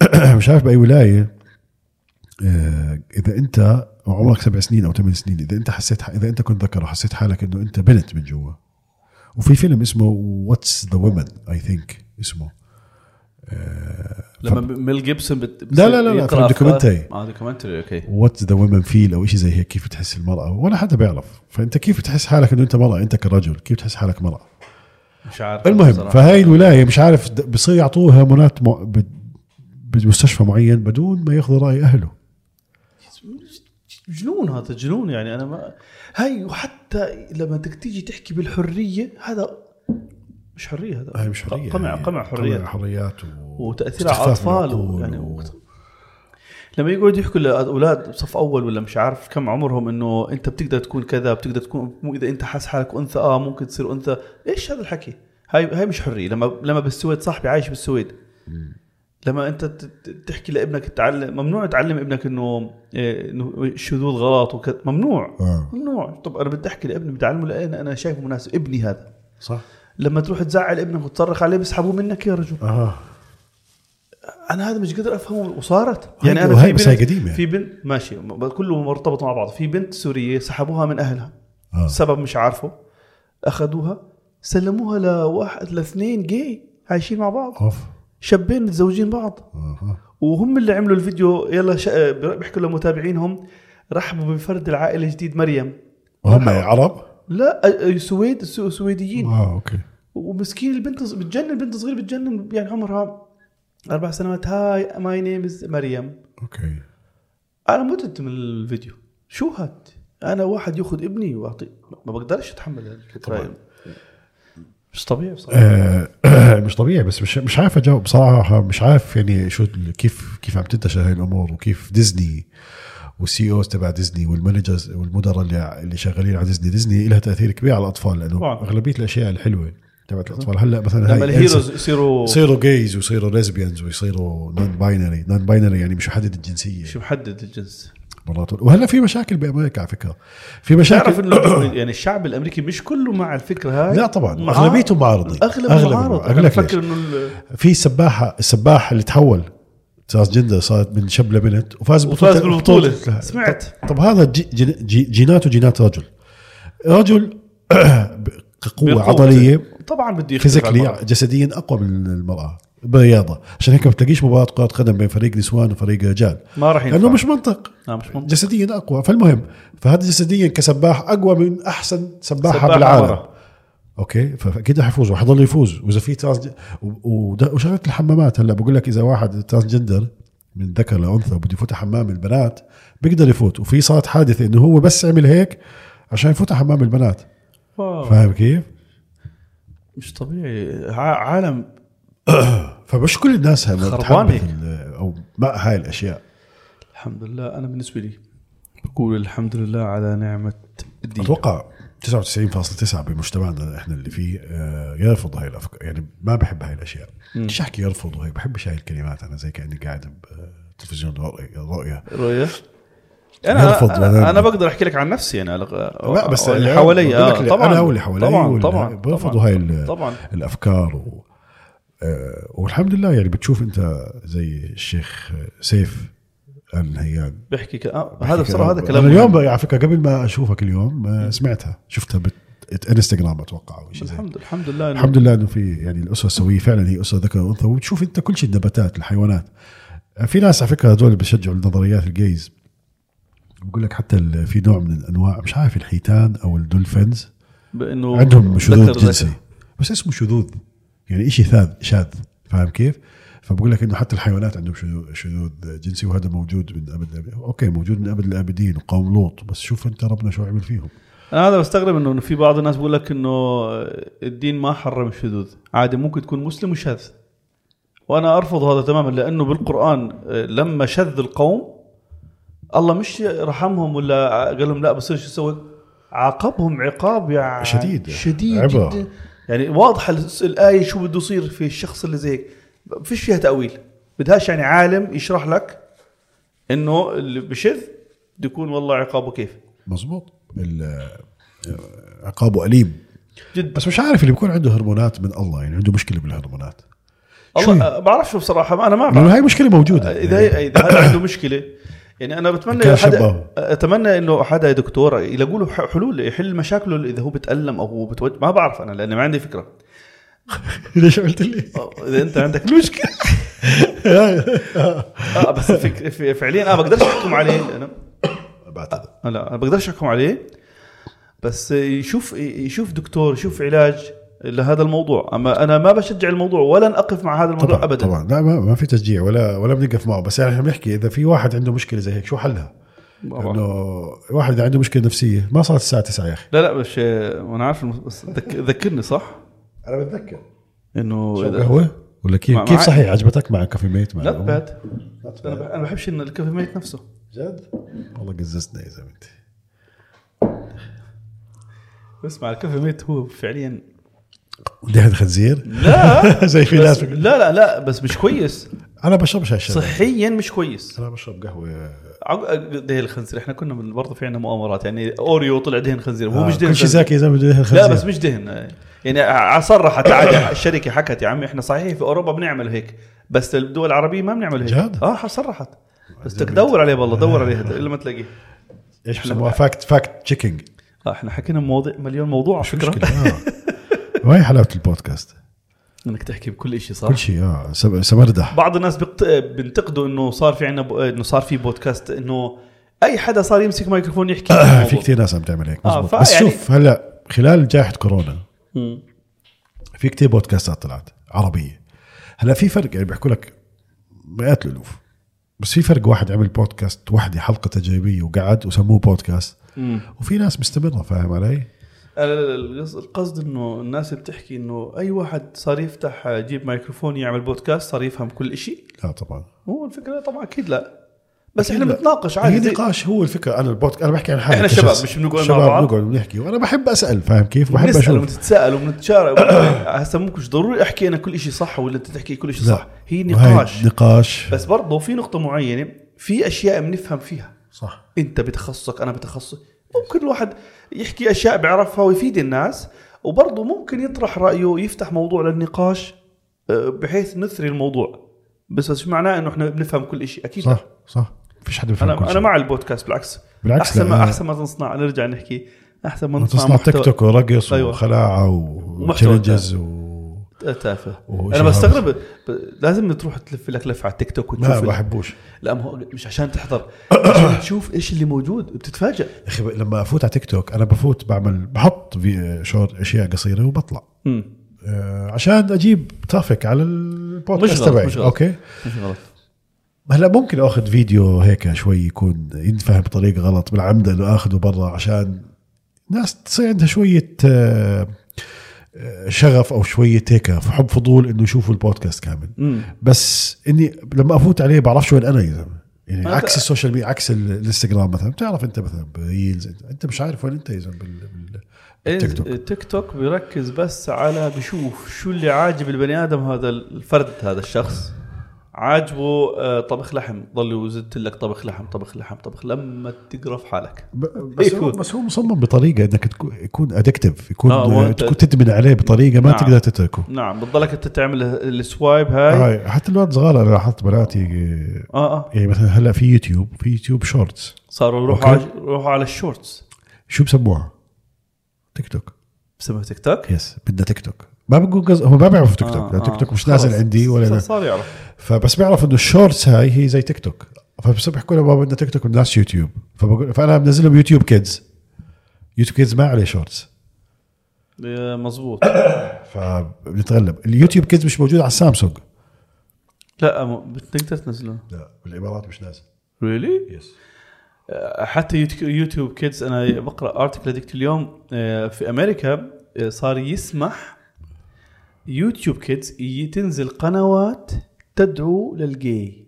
[SPEAKER 2] (coughs) مش عارف باي ولايه آه، اذا انت عمرك سبع سنين او ثمان سنين اذا انت حسيت ح- اذا انت كنت ذكر وحسيت حالك انه انت بنت من جوا وفي فيلم اسمه واتس ذا ومن اي ثينك اسمه
[SPEAKER 1] لما ميل جيبسون بت...
[SPEAKER 2] لا- لا- لا- لا،
[SPEAKER 1] يقرأ
[SPEAKER 2] في الدوكيومنتري.
[SPEAKER 1] أفكار- اه دوكيومنتري اوكي
[SPEAKER 2] واتس ذا ومن فيل او شيء زي هيك كيف بتحس المراه ولا حدا بيعرف فانت كيف بتحس حالك انه انت مراه انت كرجل كيف بتحس حالك مراه
[SPEAKER 1] مش عارف
[SPEAKER 2] المهم
[SPEAKER 1] بصراحة.
[SPEAKER 2] فهاي الولايه مش عارف د- بصير يعطوه هرمونات مع... ب- بمستشفى معين بدون ما ياخذوا راي اهله
[SPEAKER 1] جنون هذا جنون يعني انا ما هاي وحتى لما بدك تيجي تحكي بالحريه هذا مش حريه هذا
[SPEAKER 2] هاي مش حريه
[SPEAKER 1] قمع
[SPEAKER 2] هي
[SPEAKER 1] قمع حريات
[SPEAKER 2] قمع حريات و...
[SPEAKER 1] وتاثير على
[SPEAKER 2] استخفاف
[SPEAKER 1] الاطفال
[SPEAKER 2] بالعقول
[SPEAKER 1] يعني
[SPEAKER 2] و-
[SPEAKER 1] وقت- لما يقعدوا يحكوا لاولاد بصف اول ولا مش عارف كم عمرهم انه انت بتقدر تكون كذا بتقدر تكون مو اذا انت حاسس حالك انثى اه ممكن تصير انثى ايش هذا الحكي هاي هاي مش حريه لما لما بالسويد صاحبي عايش بالسويد لما انت ت- ت- تحكي لابنك تعلم ممنوع تعلم ابنك انه إيه، انه الشذوذ غلط وكذا ممنوع
[SPEAKER 2] آه.
[SPEAKER 1] ممنوع طب انا بدي احكي لابني بدي اعلمه لان انا شايفه مناسب ابني هذا
[SPEAKER 2] صح
[SPEAKER 1] لما تروح تزعل ابنك وتصرخ عليه بيسحبوه منك يا رجل
[SPEAKER 2] اه
[SPEAKER 1] انا هذا مش قادر افهمه وصارت
[SPEAKER 2] هاي-
[SPEAKER 1] يعني انا
[SPEAKER 2] وهاي
[SPEAKER 1] في
[SPEAKER 2] بس هاي
[SPEAKER 1] بنت-
[SPEAKER 2] قديمة.
[SPEAKER 1] في بنت ماشي م- كله مرتبط مع بعض في بنت سوريه سحبوها من اهلها
[SPEAKER 2] آه.
[SPEAKER 1] سبب مش عارفه اخذوها سلموها لواحد لاثنين جاي عايشين مع بعض
[SPEAKER 2] اوف
[SPEAKER 1] شابين متزوجين بعض
[SPEAKER 2] اها
[SPEAKER 1] وهم اللي عملوا الفيديو يلا ش... بيحكوا لمتابعينهم رحبوا بفرد العائله الجديد مريم
[SPEAKER 2] وهم يعني عرب؟
[SPEAKER 1] لا أ- سويد سو- سويديين
[SPEAKER 2] اه اوكي
[SPEAKER 1] ومسكين البنت ص- بتجنن بنت صغيره بتجنن يعني عمرها اربع سنوات هاي ماي نيم از مريم
[SPEAKER 2] اوكي
[SPEAKER 1] انا متت من الفيديو شو هاد انا واحد ياخذ ابني واعطيه ما بقدرش اتحمل الفكره مش طبيعي بصراحه
[SPEAKER 2] آه، (clears throat) مش طبيعي بس مش مش عارف اجاوب بصراحه مش عارف يعني شو كيف كيف عم تنتشر هاي الامور وكيف ديزني والسي او تبع ديزني والمانجرز والمدراء اللي اللي شغالين على ديزني ديزني لها تاثير كبير على الاطفال لانه
[SPEAKER 1] طبعاً.
[SPEAKER 2] اغلبيه الاشياء الحلوه تبعت الاطفال هلا مثلا
[SPEAKER 1] لما
[SPEAKER 2] هاي
[SPEAKER 1] الهيروز
[SPEAKER 2] إلسا
[SPEAKER 1] يصيروا
[SPEAKER 2] يصيروا جايز ويصيروا ليزبيانز ويصيروا نون باينري نون باينري يعني مش محدد الجنسيه
[SPEAKER 1] شو محدد الجنس
[SPEAKER 2] مرات وهلا في مشاكل بامريكا على فكره في مشاكل
[SPEAKER 1] تعرف
[SPEAKER 2] (coughs)
[SPEAKER 1] انه يعني الشعب الامريكي مش كله مع الفكره هاي
[SPEAKER 2] لا طبعاً،
[SPEAKER 1] مع-
[SPEAKER 2] أغلبيته معارضين.
[SPEAKER 1] اغلب
[SPEAKER 2] أغلب
[SPEAKER 1] معارض
[SPEAKER 2] أقول
[SPEAKER 1] انا
[SPEAKER 2] لك ليش.
[SPEAKER 1] بفكر انه ال-
[SPEAKER 2] في سباحه السباح اللي تحول ترانس جندر صارت من شب لبنت وفاز
[SPEAKER 1] وفاز بالبطولة.
[SPEAKER 2] بطولة-
[SPEAKER 1] (laughs) سمعت.
[SPEAKER 2] طب, طب هذا جي جي جيناته جينات رجل (coughs) رجل بقوه
[SPEAKER 1] بقوة.
[SPEAKER 2] عضليه
[SPEAKER 1] طبعا بده يختلف عن
[SPEAKER 2] فيزيكلي يعني.
[SPEAKER 1] بعض.
[SPEAKER 2] جسديا اقوى من المراه بالرياضه عشان هيك ما بتلاقيش مباراه كره قدم بين فريق نسوان وفريق رجال
[SPEAKER 1] ما راح ينفع
[SPEAKER 2] لانه مش منطق
[SPEAKER 1] لا، مش منطق.
[SPEAKER 2] جسديا اقوى فالمهم فهذا جسديا كسباح اقوى من احسن سباحه
[SPEAKER 1] سباحة
[SPEAKER 2] بالعالم
[SPEAKER 1] مرة.
[SPEAKER 2] اوكي فاكيد راح يفوز وحيضل يفوز واذا في ترانس وشغله الحمامات هلا بقول لك اذا واحد ترانس جندر من ذكر لانثى وبده يفوت حمام البنات بيقدر يفوت وفي صارت حادثه انه هو بس عمل هيك عشان يفوت حمام البنات
[SPEAKER 1] واو،
[SPEAKER 2] فاهم كيف؟
[SPEAKER 1] مش طبيعي ع- عالم
[SPEAKER 2] فمش كل الناس هلا
[SPEAKER 1] خربانة.
[SPEAKER 2] بتحبذ ال- او مع هاي الاشياء
[SPEAKER 1] الحمد لله انا بالنسبه لي بقول الحمد لله على نعمه الدين
[SPEAKER 2] اتوقع 99.9 بمجتمعنا احنا اللي فيه آه، يرفض هاي الافكار يعني ما بحب هاي الاشياء مش احكي يرفض وهيك بحبش هاي الكلمات انا زي كاني قاعد آه، بتلفزيون رؤيا
[SPEAKER 1] رؤية انا
[SPEAKER 2] يرفض
[SPEAKER 1] انا,
[SPEAKER 2] ولا-
[SPEAKER 1] أنا بقدر احكي لك عن نفسي انا
[SPEAKER 2] لا بس
[SPEAKER 1] اللي حوالي
[SPEAKER 2] بقول
[SPEAKER 1] آه،
[SPEAKER 2] لك اللي-
[SPEAKER 1] طبعا
[SPEAKER 2] انا واللي حوالي
[SPEAKER 1] طبعا
[SPEAKER 2] واللي-
[SPEAKER 1] طبعا
[SPEAKER 2] بيرفضوا
[SPEAKER 1] طبعاً،
[SPEAKER 2] هاي ال-
[SPEAKER 1] طبعا
[SPEAKER 2] الافكار و آه، والحمد لله يعني بتشوف انت زي الشيخ سيف ال نهيان
[SPEAKER 1] بيحكي ك... آه، هذا بصراحه هذا كلام
[SPEAKER 2] انا
[SPEAKER 1] مهم.
[SPEAKER 2] اليوم بقى- على فكره قبل ما اشوفك اليوم آه، سمعتها شفتها بت... انستغرام اتوقع او شيء زي هيك.
[SPEAKER 1] الحمد الحمد لله إنه-
[SPEAKER 2] الحمد لله انه في يعني الاسره السويه فعلا هي اسره ذكر وانثى وبتشوف انت كل شيء النباتات الحيوانات آه، في ناس على فكره هذول اللي بيشجعوا النظريات الجيز بقول لك حتى ال- في نوع من الانواع مش عارف الحيتان او الدولفينز
[SPEAKER 1] بانه
[SPEAKER 2] عندهم شذوذ
[SPEAKER 1] ذكر-
[SPEAKER 2] جنسي بس اسمه شذوذ يعني شيء ثاذ شاذ فاهم كيف؟ فبقول لك انه حتى الحيوانات عندهم شذوذ- شذوذ جنسي وهذا موجود من ابد الأب- اوكي موجود من ابد الابدين وقوم لوط بس شوف انت ربنا شو عمل فيهم
[SPEAKER 1] انا هذا بستغرب انه إنه في بعض الناس بيقول لك انه الدين ما حرم الشذوذ عادي ممكن تكون مسلم وشاذ وانا ارفض هذا تماما لانه بالقران لما شذ القوم الله مش رحمهم ولا قال لهم لا بصير شو تسوي عاقبهم عقاب يعني
[SPEAKER 2] شديد.
[SPEAKER 1] شديد
[SPEAKER 2] عبرة.
[SPEAKER 1] جدا يعني واضحه الس- الايه شو بده يصير في الشخص اللي زيك فيش فيها تاويل بدهاش يعني عالم يشرح لك انه اللي بشذ بده يكون والله عقابه كيف
[SPEAKER 2] مزبوط ال- عقابه اليم
[SPEAKER 1] جدا
[SPEAKER 2] بس مش عارف اللي بيكون عنده هرمونات من الله يعني عنده مشكله بالهرمونات
[SPEAKER 1] الله أه، بعرفش بصراحه انا ما بعرف
[SPEAKER 2] لانه هاي مشكله موجوده
[SPEAKER 1] اذا هي- اذا هذا عنده مشكله يعني انا بتمنى
[SPEAKER 2] كان
[SPEAKER 1] حدا
[SPEAKER 2] شبهه. (laughs)
[SPEAKER 1] اتمنى انه حدا دكتور يلاقوا له ح- حلول يحل مشاكله اذا هو بتالم او هو بتوجه ما بعرف انا لاني ما عندي فكره
[SPEAKER 2] ليش قلت (laughs) لي؟
[SPEAKER 1] أو اذا انت عندك (laughs)
[SPEAKER 2] (laughs)
[SPEAKER 1] مشكله آه بس فك... ف- فعليا انا بقدرش احكم عليه انا
[SPEAKER 2] بعتذر
[SPEAKER 1] آه لا انا بقدرش احكم عليه بس يشوف يشوف دكتور يشوف علاج لهذا الموضوع اما انا ما بشجع الموضوع ولا اقف مع هذا الموضوع
[SPEAKER 2] طبعا
[SPEAKER 1] ابدا
[SPEAKER 2] طبعا لا ما, ما في تشجيع ولا ولا بنقف معه بس يعني احنا بنحكي اذا في واحد عنده مشكله زي هيك شو حلها؟
[SPEAKER 1] طبعا
[SPEAKER 2] انه واحد عنده مشكله نفسيه ما صارت الساعه 9 يا اخي
[SPEAKER 1] لا لا مش انا عارف الم- بس ذك... ذكرني صح
[SPEAKER 2] انا بتذكر
[SPEAKER 1] انه
[SPEAKER 2] شو قهوه ولا كيف
[SPEAKER 1] مع-
[SPEAKER 2] كيف
[SPEAKER 1] مع-
[SPEAKER 2] صحيح عجبتك مع كافي ميت مع
[SPEAKER 1] نوت
[SPEAKER 2] الأم؟
[SPEAKER 1] باد انا بح- أنا بحبش ان الكافي ميت نفسه
[SPEAKER 2] جد والله قززتنا يا زلمتي
[SPEAKER 1] اسمع الكافي ميت هو فعليا
[SPEAKER 2] ودهن خنزير
[SPEAKER 1] لا
[SPEAKER 2] زي
[SPEAKER 1] (laughs)
[SPEAKER 2] في
[SPEAKER 1] بس
[SPEAKER 2] ناس بيقول-
[SPEAKER 1] لا لا لا بس مش كويس
[SPEAKER 2] انا بشربش هالشيء
[SPEAKER 1] صحيا مش كويس
[SPEAKER 2] انا بشرب قهوه
[SPEAKER 1] عق- دهن الخنزير احنا كنا من- برضه في عندنا مؤامرات يعني اوريو طلع دهن خنزير هو مش دهن
[SPEAKER 2] آه، كل شيء
[SPEAKER 1] خنزير.
[SPEAKER 2] زاكي يا زلمه دهن خنزير
[SPEAKER 1] لا بس مش دهن يعني ع- صرحت عادي الشركه حكت يا عمي احنا صحيح في اوروبا بنعمل هيك بس الدول العربيه ما بنعمل هيك
[SPEAKER 2] جد؟ آه.
[SPEAKER 1] اه صرحت بس بدك تدور عليه والله دور عليه الا ما تلاقيه
[SPEAKER 2] ايش بسموها فاكت فاكت تشيكينج
[SPEAKER 1] آه، احنا حكينا مواضيع مليون موضوع على فكره
[SPEAKER 2] وهي حلاوه البودكاست
[SPEAKER 1] انك تحكي بكل شيء صح
[SPEAKER 2] كل شيء اه سب- سمردح
[SPEAKER 1] بعض الناس بقت... بنتقدوا انه صار في عندنا ب... انه صار في بودكاست انه اي حدا صار يمسك مايكروفون يحكي عن
[SPEAKER 2] (coughs) آه، في
[SPEAKER 1] الموضوع.
[SPEAKER 2] كثير ناس عم تعمل هيك
[SPEAKER 1] آه،
[SPEAKER 2] مزبوط.
[SPEAKER 1] فا-
[SPEAKER 2] بس
[SPEAKER 1] يعني-
[SPEAKER 2] شوف هلا خلال جائحه كورونا
[SPEAKER 1] مم.
[SPEAKER 2] في كثير بودكاستات طلعت عربيه هلا في فرق يعني بيحكوا لك مئات الالوف بس في فرق واحد عمل بودكاست وحده حلقه تجريبيه وقعد وسموه بودكاست
[SPEAKER 1] مم.
[SPEAKER 2] وفي ناس مستمره فاهم علي؟
[SPEAKER 1] ال- القص- القصد انه الناس بتحكي انه اي واحد صار يفتح يجيب ميكروفون يعمل بودكاست صار يفهم كل شيء
[SPEAKER 2] لا طبعا
[SPEAKER 1] مو الفكره طبعا اكيد لا بس احنا
[SPEAKER 2] لا.
[SPEAKER 1] بنتناقش
[SPEAKER 2] هي
[SPEAKER 1] عادي زي-
[SPEAKER 2] نقاش هو الفكره انا البودكاست انا بحكي عن حالي
[SPEAKER 1] إحنا
[SPEAKER 2] كشخص.
[SPEAKER 1] شباب، مش بنقعد مع
[SPEAKER 2] شباب
[SPEAKER 1] بعض؟
[SPEAKER 2] بنقعد بنحكي وانا بحب اسال فاهم كيف؟ بحب
[SPEAKER 1] بنسال
[SPEAKER 2] اشوف
[SPEAKER 1] وبنتساءل وبنتشارك (coughs) هسه ممكن مش ضروري احكي انا كل شيء صح ولا انت تحكي كل شيء صح هي
[SPEAKER 2] وهي
[SPEAKER 1] نقاش
[SPEAKER 2] نقاش
[SPEAKER 1] بس برضه في نقطه معينه في اشياء بنفهم فيها
[SPEAKER 2] صح
[SPEAKER 1] انت بتخصصك انا بتخصص ممكن الواحد يحكي اشياء بيعرفها ويفيد الناس وبرضه ممكن يطرح رايه يفتح موضوع للنقاش آه، بحيث نثري الموضوع بس بس شو معناه انه احنا بنفهم كل شيء اكيد
[SPEAKER 2] صح صح فيش حدا بيفهم
[SPEAKER 1] انا
[SPEAKER 2] كل
[SPEAKER 1] انا
[SPEAKER 2] شيء.
[SPEAKER 1] مع البودكاست بالعكس
[SPEAKER 2] بالعكس
[SPEAKER 1] احسن
[SPEAKER 2] لا،
[SPEAKER 1] ما
[SPEAKER 2] أنا-
[SPEAKER 1] احسن ما تصنع نرجع نحكي احسن من
[SPEAKER 2] تصنع تيك توك ورقص
[SPEAKER 1] أيوة.
[SPEAKER 2] وخلاعه
[SPEAKER 1] ومحتوى
[SPEAKER 2] وتشالنجز و
[SPEAKER 1] أه، تافه
[SPEAKER 2] وهو
[SPEAKER 1] انا
[SPEAKER 2] شهاب.
[SPEAKER 1] بستغرب ب- لازم تروح تلف لك لفه على التيك توك وتشوف
[SPEAKER 2] لا
[SPEAKER 1] ال-
[SPEAKER 2] بحبوش
[SPEAKER 1] لا ما هو مش عشان
[SPEAKER 2] (coughs)
[SPEAKER 1] تحضر عشان تشوف ايش اللي موجود بتتفاجئ
[SPEAKER 2] يا اخي لما افوت على تيك توك انا بفوت بعمل بحط في شورت اشياء قصيره وبطلع
[SPEAKER 1] مم.
[SPEAKER 2] آه، عشان اجيب ترافيك على البودكاست
[SPEAKER 1] مش غلط،
[SPEAKER 2] تبعي
[SPEAKER 1] مش غلط.
[SPEAKER 2] اوكي
[SPEAKER 1] مش غلط
[SPEAKER 2] هلا ممكن اخذ فيديو هيك شوي يكون ينفهم بطريقه غلط بالعمد انه اخذه برا عشان ناس تصير عندها شويه آه، آه، شغف او شويه هيك حب فضول انه يشوفوا البودكاست كامل
[SPEAKER 1] مم.
[SPEAKER 2] بس اني لما افوت عليه بعرفش وين انا يا زلمه يعني
[SPEAKER 1] ما أنت-
[SPEAKER 2] عكس السوشيال ميديا عكس ال- الانستغرام مثلا بتعرف انت مثلا بريلز انت, انت مش عارف وين انت يا زلمه بال- بال-
[SPEAKER 1] إيه،
[SPEAKER 2] بالتيك توك
[SPEAKER 1] التيك توك بيركز بس على بيشوف شو اللي عاجب البني ادم هذا الفرد هذا الشخص عاجبه آه، طبخ لحم ضل يزت لك طبخ لحم طبخ لحم طبخ لما تقرف حالك
[SPEAKER 2] ب- بس هو
[SPEAKER 1] إيه، يكون.
[SPEAKER 2] بس هو مصمم بطريقه انك تكون يكون ادكتيف يكون
[SPEAKER 1] آه، هو
[SPEAKER 2] آه،
[SPEAKER 1] أنت-
[SPEAKER 2] تكون تدمن عليه بطريقه ما
[SPEAKER 1] نعم.
[SPEAKER 2] تقدر تتركه
[SPEAKER 1] نعم بتضلك انت تعمل السوايب هاي
[SPEAKER 2] هاي حتى الولد صغار انا لاحظت بناتي
[SPEAKER 1] اه اه
[SPEAKER 2] يعني مثلا هلا في يوتيوب في يوتيوب شورتس
[SPEAKER 1] صاروا يروحوا
[SPEAKER 2] أوكي.
[SPEAKER 1] على يروحوا على الشورتس
[SPEAKER 2] شو بسموها؟ تيك توك
[SPEAKER 1] بسموها تيك توك
[SPEAKER 2] يس بدنا تيك توك ما بقول قص... هم ما بيعرفوا تيك توك
[SPEAKER 1] آه،
[SPEAKER 2] آه. تيك
[SPEAKER 1] آه.
[SPEAKER 2] توك مش نازل
[SPEAKER 1] خلاص.
[SPEAKER 2] عندي ولا
[SPEAKER 1] صار يعرف
[SPEAKER 2] فبس بيعرف انه الشورتس هاي هي زي تيك توك فبس بيحكوا لنا بابا بدنا تيك توك والناس يوتيوب فبقول فانا بنزل لهم يوتيوب كيدز يوتيوب كيدز ما عليه شورتس
[SPEAKER 1] آه، مزبوط
[SPEAKER 2] فبنتغلب اليوتيوب كيدز مش موجود على السامسونج
[SPEAKER 1] لا م- بتقدر تنزله
[SPEAKER 2] لا بالامارات مش نازل
[SPEAKER 1] ريلي
[SPEAKER 2] يس
[SPEAKER 1] حتى يوتيوب- يوتيوب كيدز انا بقرا ارتكل هذيك اليوم آه، في امريكا آه، صار يسمح يوتيوب كيدز ي- تنزل قنوات تدعو للجي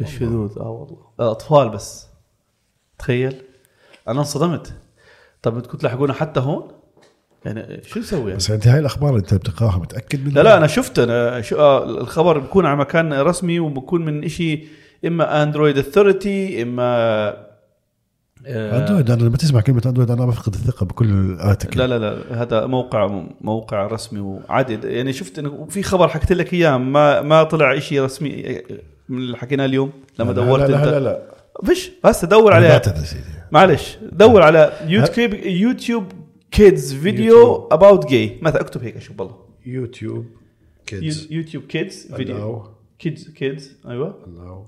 [SPEAKER 1] للشذوذ اه والله الاطفال بس تخيل انا انصدمت طب بدكم تلحقونا حتى هون يعني شو نسوي يعني؟
[SPEAKER 2] بس انت هاي الاخبار انت بتلقاها متاكد منها
[SPEAKER 1] لا لا انا شفت انا شو آه، الخبر بيكون على مكان رسمي وبكون من شيء اما اندرويد اثوريتي اما آه،
[SPEAKER 2] اندرويد انا لما تسمع كلمه اندرويد انا بفقد الثقه بكل الارتكل
[SPEAKER 1] لا لا لا هذا موقع موقع رسمي وعادي يعني شفت انه في خبر حكيت لك اياه ما ما طلع شيء رسمي إيه، من اللي حكيناه اليوم لما دورت
[SPEAKER 2] لا لا لا,
[SPEAKER 1] انت
[SPEAKER 2] لا, لا.
[SPEAKER 1] فيش بس دور
[SPEAKER 2] أنا
[SPEAKER 1] عليها
[SPEAKER 2] بعتذر سيدي
[SPEAKER 1] معلش دور على يوتيوب يوتيوب كيدز فيديو
[SPEAKER 2] يوتيوب.
[SPEAKER 1] اباوت جاي مثلا اكتب هيك شوف والله
[SPEAKER 2] يوتيوب
[SPEAKER 1] يو- يوتيوب كيدز فيديو
[SPEAKER 2] Allow.
[SPEAKER 1] كيدز كيدز ايوه
[SPEAKER 2] allow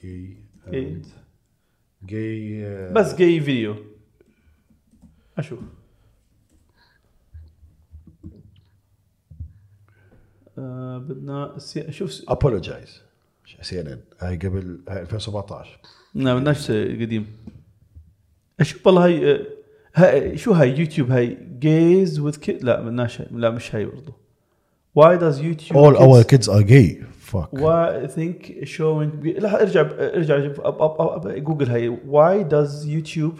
[SPEAKER 2] gay
[SPEAKER 1] Kids.
[SPEAKER 2] gay uh,
[SPEAKER 1] بس جاي فيديو اشوف آه بدنا سي- شوف
[SPEAKER 2] apologize سي ان ان هاي قبل هاي 2017
[SPEAKER 1] لا بدناش قديم اشوف والله هاي آه، هاي شو هاي يوتيوب هاي جيز وذ كيد لا بدناش هاي لا مش هاي برضه واي داز يوتيوب
[SPEAKER 2] all our kids are gay fuck
[SPEAKER 1] واي ثينك شوينج لا ارجع ارجع أب أب أب أب جوجل هاي واي داز يوتيوب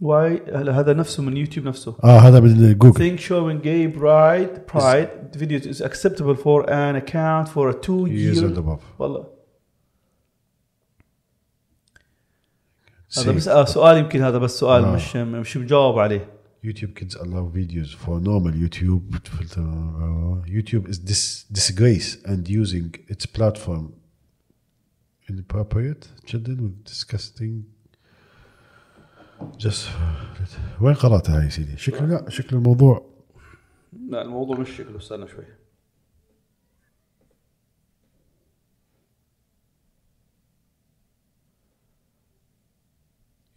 [SPEAKER 1] واي هذا نفسه من يوتيوب نفسه
[SPEAKER 2] اه هذا من جوجل
[SPEAKER 1] think showing gay pride pride videos is acceptable for an account for a two
[SPEAKER 2] years
[SPEAKER 1] year
[SPEAKER 2] and above
[SPEAKER 1] والله هذا
[SPEAKER 2] See.
[SPEAKER 1] بس آه سؤال يمكن هذا بس سؤال
[SPEAKER 2] آه.
[SPEAKER 1] مش مش مجاوب عليه
[SPEAKER 2] YouTube kids allow videos for normal YouTube. filter, uh, YouTube is dis- disgrace and using its platform inappropriate. Children with disgusting. Just وين قرأتها يا سيدي؟ شكله لا شكل الموضوع
[SPEAKER 1] لا الموضوع مش شكله استنى شوي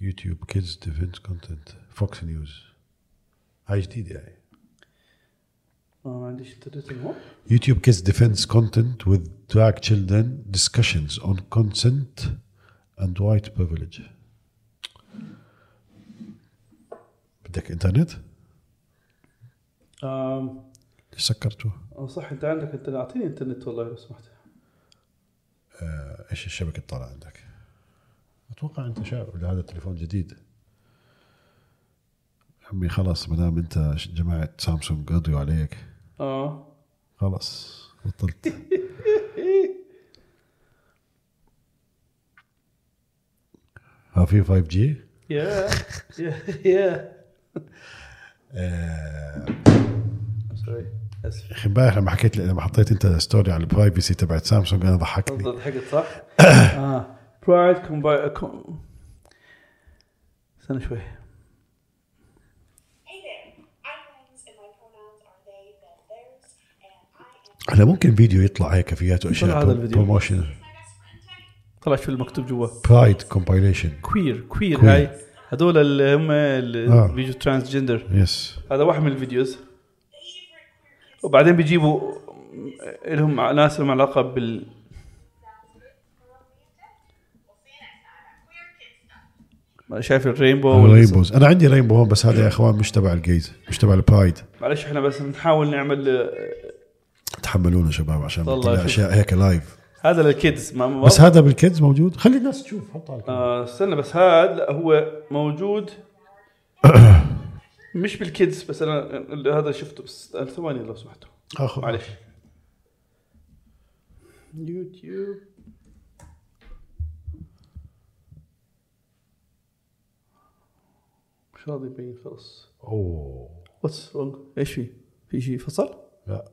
[SPEAKER 2] YouTube kids defense content Fox News هاي جديدة هاي
[SPEAKER 1] آه، ما عنديش انترنت هون
[SPEAKER 2] YouTube kids defends content with drag children discussions on consent and white privilege. بدك انترنت؟
[SPEAKER 1] آم،
[SPEAKER 2] ليش سكرته؟
[SPEAKER 1] آه، صح انت عندك انت اعطيني انترنت والله لو سمحت
[SPEAKER 2] آه، ايش الشبكة طالع عندك؟ اتوقع انت شايف ولا هذا تليفون جديد؟ عمي خلاص ما دام انت ش- جماعة سامسونج قضوا عليك
[SPEAKER 1] اه
[SPEAKER 2] خلاص بطلت
[SPEAKER 1] إيه.
[SPEAKER 2] ها في 5 جي؟
[SPEAKER 1] يا يا (laughs) يا
[SPEAKER 2] آه.
[SPEAKER 1] سوري اسف
[SPEAKER 2] اخي امبارح لما حكيت لما حطيت انت ستوري على البرايفسي تبعت سامسونج انا ضحكتني
[SPEAKER 1] (laughs) ضحكت صح؟ آه. اه برايد كومباي استنى شوي
[SPEAKER 2] احنا ممكن فيديو يطلع هيك كافيات
[SPEAKER 1] طلع
[SPEAKER 2] واشياء
[SPEAKER 1] هذا الفيديو.
[SPEAKER 2] بروموشن
[SPEAKER 1] طلع شو المكتوب جوا
[SPEAKER 2] برايد كومبايليشن
[SPEAKER 1] كوير كوير
[SPEAKER 2] Queer.
[SPEAKER 1] هاي هذول اللي هم
[SPEAKER 2] آه.
[SPEAKER 1] اللي بيجوا ترانس جندر
[SPEAKER 2] يس
[SPEAKER 1] هذا واحد من الفيديوز وبعدين بيجيبوا لهم ناس لهم علاقه بال شايف الرينبو ولا-
[SPEAKER 2] رينبوز انا عندي رينبو هون بس هذا يا اخوان مش تبع الجيز مش تبع البرايد
[SPEAKER 1] معلش احنا بس نحاول نعمل آه،
[SPEAKER 2] تحملونا شباب عشان
[SPEAKER 1] والله
[SPEAKER 2] نطلع
[SPEAKER 1] شوف.
[SPEAKER 2] اشياء هيك لايف
[SPEAKER 1] هذا للكيدز ما ما-
[SPEAKER 2] بس هذا بالكيدز موجود خلي الناس تشوف حط على الكاميرا.
[SPEAKER 1] آه، استنى بس هذا لا هو موجود مش بالكيدز بس انا هذا شفته بس ثواني لو سمحتوا
[SPEAKER 2] آخذ.
[SPEAKER 1] معلش يوتيوب مش راضي يبين خلص
[SPEAKER 2] اوه
[SPEAKER 1] واتس رونج ايش في؟ في شيء فصل؟
[SPEAKER 2] لا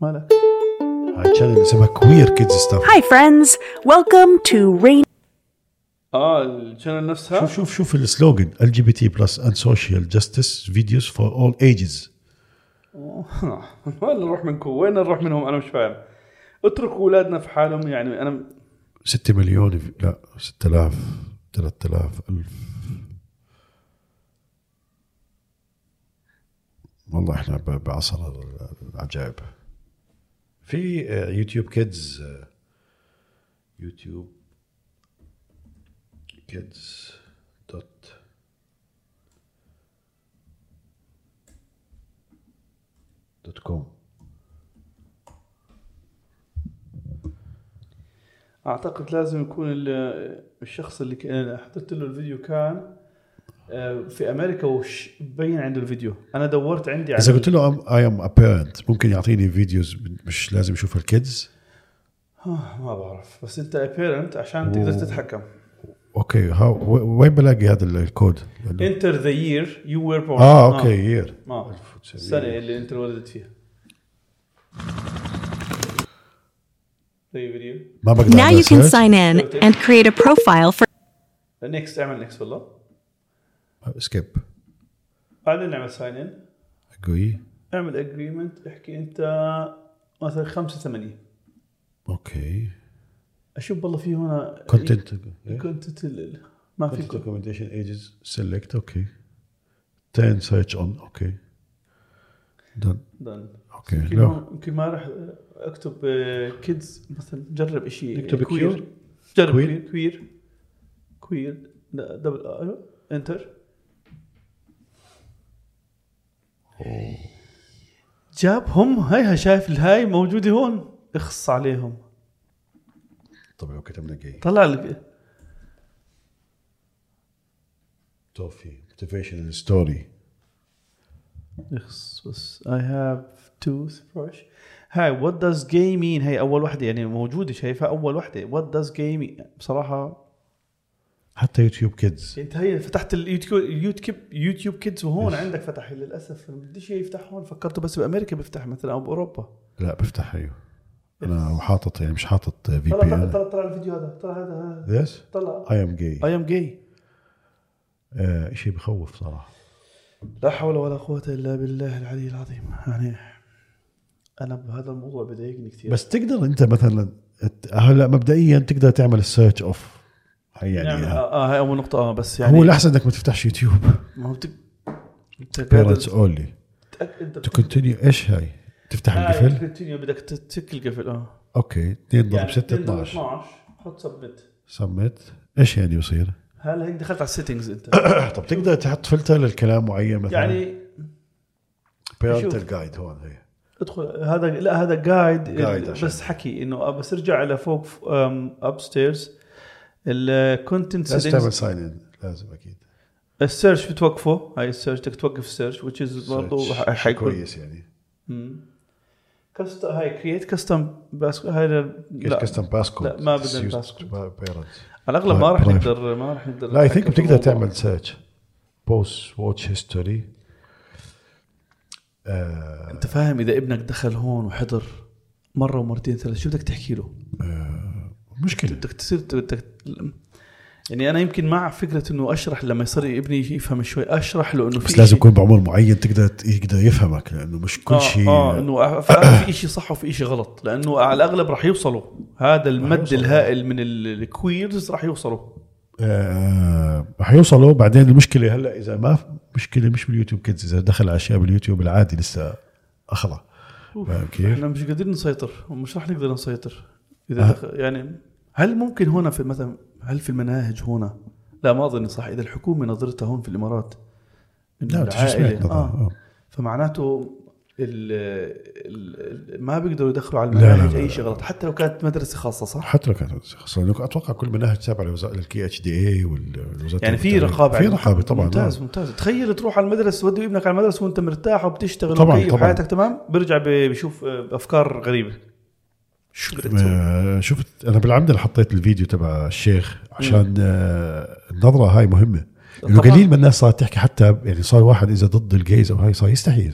[SPEAKER 1] مالك؟
[SPEAKER 2] هاي تشانل اسمها كوير كيدز ستاف
[SPEAKER 4] Hi, friends. Welcome to Rain.
[SPEAKER 1] اه الشانل نفسها
[SPEAKER 2] شوف شوف شوف السلوجن ال جي بي تي بلس اند سوشيال جاستس فيديوز فور اول ايجز
[SPEAKER 1] وين نروح منكم؟ وين نروح منهم؟ انا مش فاهم اتركوا اولادنا في حالهم يعني انا
[SPEAKER 2] 6 مليون في- لا 6000 3000 1000 والله احنا ب- بعصر ال- العجائب في آه، يوتيوب كيدز آه، يوتيوب كيدز دوت دوت كوم
[SPEAKER 1] اعتقد لازم يكون ال- الشخص اللي ك- أنا حضرت له الفيديو كان آه، في امريكا وش بين عنده الفيديو انا دورت عندي على
[SPEAKER 2] اذا قلت له اي ام ا بيرنت ممكن يعطيني فيديوز مش لازم اشوفها الكيدز
[SPEAKER 1] ما بعرف بس انت بيرنت عشان تقدر تتحكم
[SPEAKER 2] اوكي هاو وين بلاقي هذا ال- الكود؟
[SPEAKER 1] انتر ذا يير يو وير بورن
[SPEAKER 2] اه اوكي يير
[SPEAKER 1] آه. السنه اللي انت انولدت فيها زي فيديو
[SPEAKER 2] ما بقدر
[SPEAKER 4] Now
[SPEAKER 2] أعمل
[SPEAKER 4] you can
[SPEAKER 2] search.
[SPEAKER 4] sign in and create a profile for
[SPEAKER 1] نكست اعمل نكست والله
[SPEAKER 2] Uh, سكيب
[SPEAKER 1] بعدين نعمل ساين ان
[SPEAKER 2] اقوي
[SPEAKER 1] اعمل اجريمنت احكي انت مثلا 5 8
[SPEAKER 2] اوكي
[SPEAKER 1] اشوف والله في هنا
[SPEAKER 2] كونتنت
[SPEAKER 1] كنت ما في كنت
[SPEAKER 2] ريكومنديشن ايجز سيلكت اوكي 10 سيرش اون اوكي دن اوكي
[SPEAKER 1] يمكن
[SPEAKER 2] لا
[SPEAKER 1] ما- يمكن ما راح اكتب كيدز مثلا جرب شيء
[SPEAKER 2] نكتب
[SPEAKER 1] queer.
[SPEAKER 2] queer؟
[SPEAKER 1] جرب كوير
[SPEAKER 2] queer؟
[SPEAKER 1] كوير كوير دبل آه، انتر جابهم هيها شايف الهاي موجوده هون اخص عليهم
[SPEAKER 2] طب لو كتبنا جاي
[SPEAKER 1] طلع لك
[SPEAKER 2] توفي موتيفيشنال ستوري
[SPEAKER 1] اخص بس I have toothbrush هاي what does gay mean هي اول واحده يعني موجوده شايفها اول واحده what does gay mean بصراحه
[SPEAKER 2] حتى يوتيوب كيدز
[SPEAKER 1] انت هي فتحت اليوتيوب يوتيوب يوتيوب كيدز وهون عندك فتح للاسف ما بديش يفتح هون فكرته بس بامريكا بيفتح مثلا او باوروبا
[SPEAKER 2] لا بفتح ايوه انا حاطط يعني مش حاطط في بي
[SPEAKER 1] طلع
[SPEAKER 2] ان
[SPEAKER 1] طلع طلع الفيديو هذا طلع هذا هذا
[SPEAKER 2] ذس
[SPEAKER 1] طلع
[SPEAKER 2] اي ام جاي
[SPEAKER 1] I am gay
[SPEAKER 2] شيء آه، بخوف صراحه
[SPEAKER 1] لا حول ولا قوة إلا بالله العلي العظيم يعني أنا بهذا الموضوع بضايقني كثير
[SPEAKER 2] بس تقدر انت مثلا ت- هلا مبدئيا تقدر تعمل السيرش اوف هي يعني
[SPEAKER 1] يعني
[SPEAKER 2] ها.
[SPEAKER 1] آه, آه هاي أول نقطة آه بس يعني
[SPEAKER 2] هو الاحسن انك ما تفتحش يوتيوب
[SPEAKER 1] ما هو بتك... انت قادر
[SPEAKER 2] بيرنتس اونلي
[SPEAKER 1] تتأك- انت
[SPEAKER 2] تو كونتينيو ايش هاي؟ تفتح القفل
[SPEAKER 1] القفل آه، بدك تتك القفل اه
[SPEAKER 2] اوكي 2 ضرب
[SPEAKER 1] يعني
[SPEAKER 2] 6
[SPEAKER 1] اتنين ضرب
[SPEAKER 2] 12
[SPEAKER 1] 12 حط سبمت
[SPEAKER 2] سمت ايش يعني
[SPEAKER 1] (coughs)
[SPEAKER 2] يصير؟
[SPEAKER 1] هلا هيك دخلت على السيتنجز انت
[SPEAKER 2] (coughs) طب تقدر تحط فلتر للكلام معين مثلا يعني
[SPEAKER 1] يعني شوف.
[SPEAKER 2] بيرنتال جايد هون هي
[SPEAKER 1] ادخل هذا لا هذا جايد
[SPEAKER 2] Guide عشان.
[SPEAKER 1] بس حكي انه بس ارجع على فوق اب ستيرز آه، الكونتنت
[SPEAKER 2] لازم تعمل ساين ان لازم اكيد
[SPEAKER 1] السيرش بتوقفه هاي السيرش بدك توقف السيرش which is برضه
[SPEAKER 2] Search.
[SPEAKER 1] حيكون
[SPEAKER 2] كويس يعني
[SPEAKER 1] كاستم هاي كرييت كاستم بس هاي ال- لا
[SPEAKER 2] كاستم باسكود
[SPEAKER 1] لا، ما بدنا passcode.
[SPEAKER 2] بيرنتس
[SPEAKER 1] على الاغلب ما راح
[SPEAKER 2] Private.
[SPEAKER 1] نقدر ما راح نقدر
[SPEAKER 2] لا اي
[SPEAKER 1] نتحكم
[SPEAKER 2] ثينك
[SPEAKER 1] في
[SPEAKER 2] بتقدر
[SPEAKER 1] الموضوع.
[SPEAKER 2] تعمل سيرش بوست واتش هيستوري Uh,
[SPEAKER 1] انت فاهم اذا ابنك دخل هون وحضر مره ومرتين ثلاث شو بدك تحكي له؟
[SPEAKER 2] مشكله
[SPEAKER 1] بدك تصير بدك يعني انا يمكن مع فكره انه اشرح لما يصير ابني يفهم شوي اشرح له انه في
[SPEAKER 2] بس لازم
[SPEAKER 1] شيء-
[SPEAKER 2] يكون بعمر معين تقدر يقدر يفهمك لانه مش كل
[SPEAKER 1] آه،
[SPEAKER 2] شيء
[SPEAKER 1] اه انه أف- في شيء صح وفي شيء غلط لانه على الاغلب راح يوصلوا هذا المد
[SPEAKER 2] يوصلوا.
[SPEAKER 1] الهائل من ال- الكويرز راح يوصلوا
[SPEAKER 2] آه، راح يوصلوا بعدين المشكله هلا اذا ما مشكله مش باليوتيوب كيدز اذا دخل على اشياء باليوتيوب العادي لسه اخضع فاهم كيف؟
[SPEAKER 1] احنا مش قادرين نسيطر ومش راح نقدر نسيطر
[SPEAKER 2] أه.
[SPEAKER 1] اذا دخل يعني هل ممكن هنا في مثلا هل في المناهج هنا لا ما اظن صح اذا الحكومه نظرتها هون في الامارات
[SPEAKER 2] لا،
[SPEAKER 1] انه
[SPEAKER 2] أنت شو سمعت
[SPEAKER 1] العائله
[SPEAKER 2] نظرة؟
[SPEAKER 1] آه
[SPEAKER 2] آه.
[SPEAKER 1] فمعناته ال ال ما بيقدروا يدخلوا على
[SPEAKER 2] لا، لا،
[SPEAKER 1] المناهج
[SPEAKER 2] لا،
[SPEAKER 1] اي
[SPEAKER 2] لا.
[SPEAKER 1] شيء غلط حتى لو كانت مدرسه خاصه صح؟
[SPEAKER 2] حتى لو كانت خاصة لأنه اتوقع كل مناهج تابعه للكي اتش دي اي والوزاره
[SPEAKER 1] يعني في
[SPEAKER 2] التعليم.
[SPEAKER 1] رقابه
[SPEAKER 2] في
[SPEAKER 1] عليك.
[SPEAKER 2] رقابه طبعا
[SPEAKER 1] ممتاز
[SPEAKER 2] ممتاز
[SPEAKER 1] ممتاز تخيل تروح على المدرسه تودي ابنك على المدرسه وانت مرتاح وبتشتغل
[SPEAKER 2] طبعاً،
[SPEAKER 1] ومكيف
[SPEAKER 2] طبعاً.
[SPEAKER 1] حياتك تمام بيرجع بي- بيشوف آه، افكار غريبه شو بدك تسوي؟
[SPEAKER 2] آه شفت انا بالعمد اللي حطيت الفيديو تبع الشيخ عشان آه النظره هاي مهمه انه
[SPEAKER 1] طبعاً.
[SPEAKER 2] قليل من الناس صارت تحكي حتى يعني صار واحد اذا ضد الجيز او هاي صار يستحي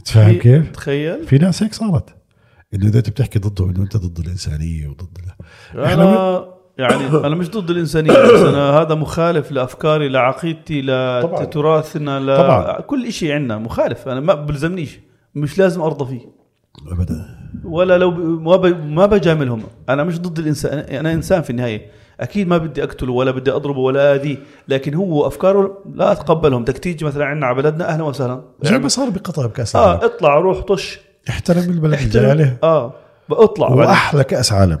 [SPEAKER 2] أنت فاهم
[SPEAKER 1] في-
[SPEAKER 2] كيف؟
[SPEAKER 1] تخيل
[SPEAKER 2] في ناس هيك صارت انه اذا انت بتحكي ضده انه انت ضد الانسانيه وضد ال-
[SPEAKER 1] آه. انا
[SPEAKER 2] (coughs)
[SPEAKER 1] يعني انا مش ضد الانسانيه بس انا هذا مخالف لافكاري لعقيدتي
[SPEAKER 2] طبعاً.
[SPEAKER 1] لتراثنا ل...
[SPEAKER 2] طبعاً.
[SPEAKER 1] كل شيء عندنا مخالف انا ما بلزمنيش مش لازم ارضى فيه يعني-
[SPEAKER 2] ابدا
[SPEAKER 1] ولا لو ب... ما, ب... ما بجاملهم انا مش ضد الانسان انا انسان في النهايه اكيد ما بدي اقتله ولا بدي اضربه ولا اذيه لكن هو افكاره لا اتقبلهم تكتيج مثلا عندنا على بلدنا اهلا وسهلا
[SPEAKER 2] زي ما صار بقطر بكاس
[SPEAKER 1] اه
[SPEAKER 2] العالم
[SPEAKER 1] اطلع روح طش
[SPEAKER 2] احترم البلد الجلاله
[SPEAKER 1] اه اطلع بعدين.
[SPEAKER 2] واحلى كاس عالم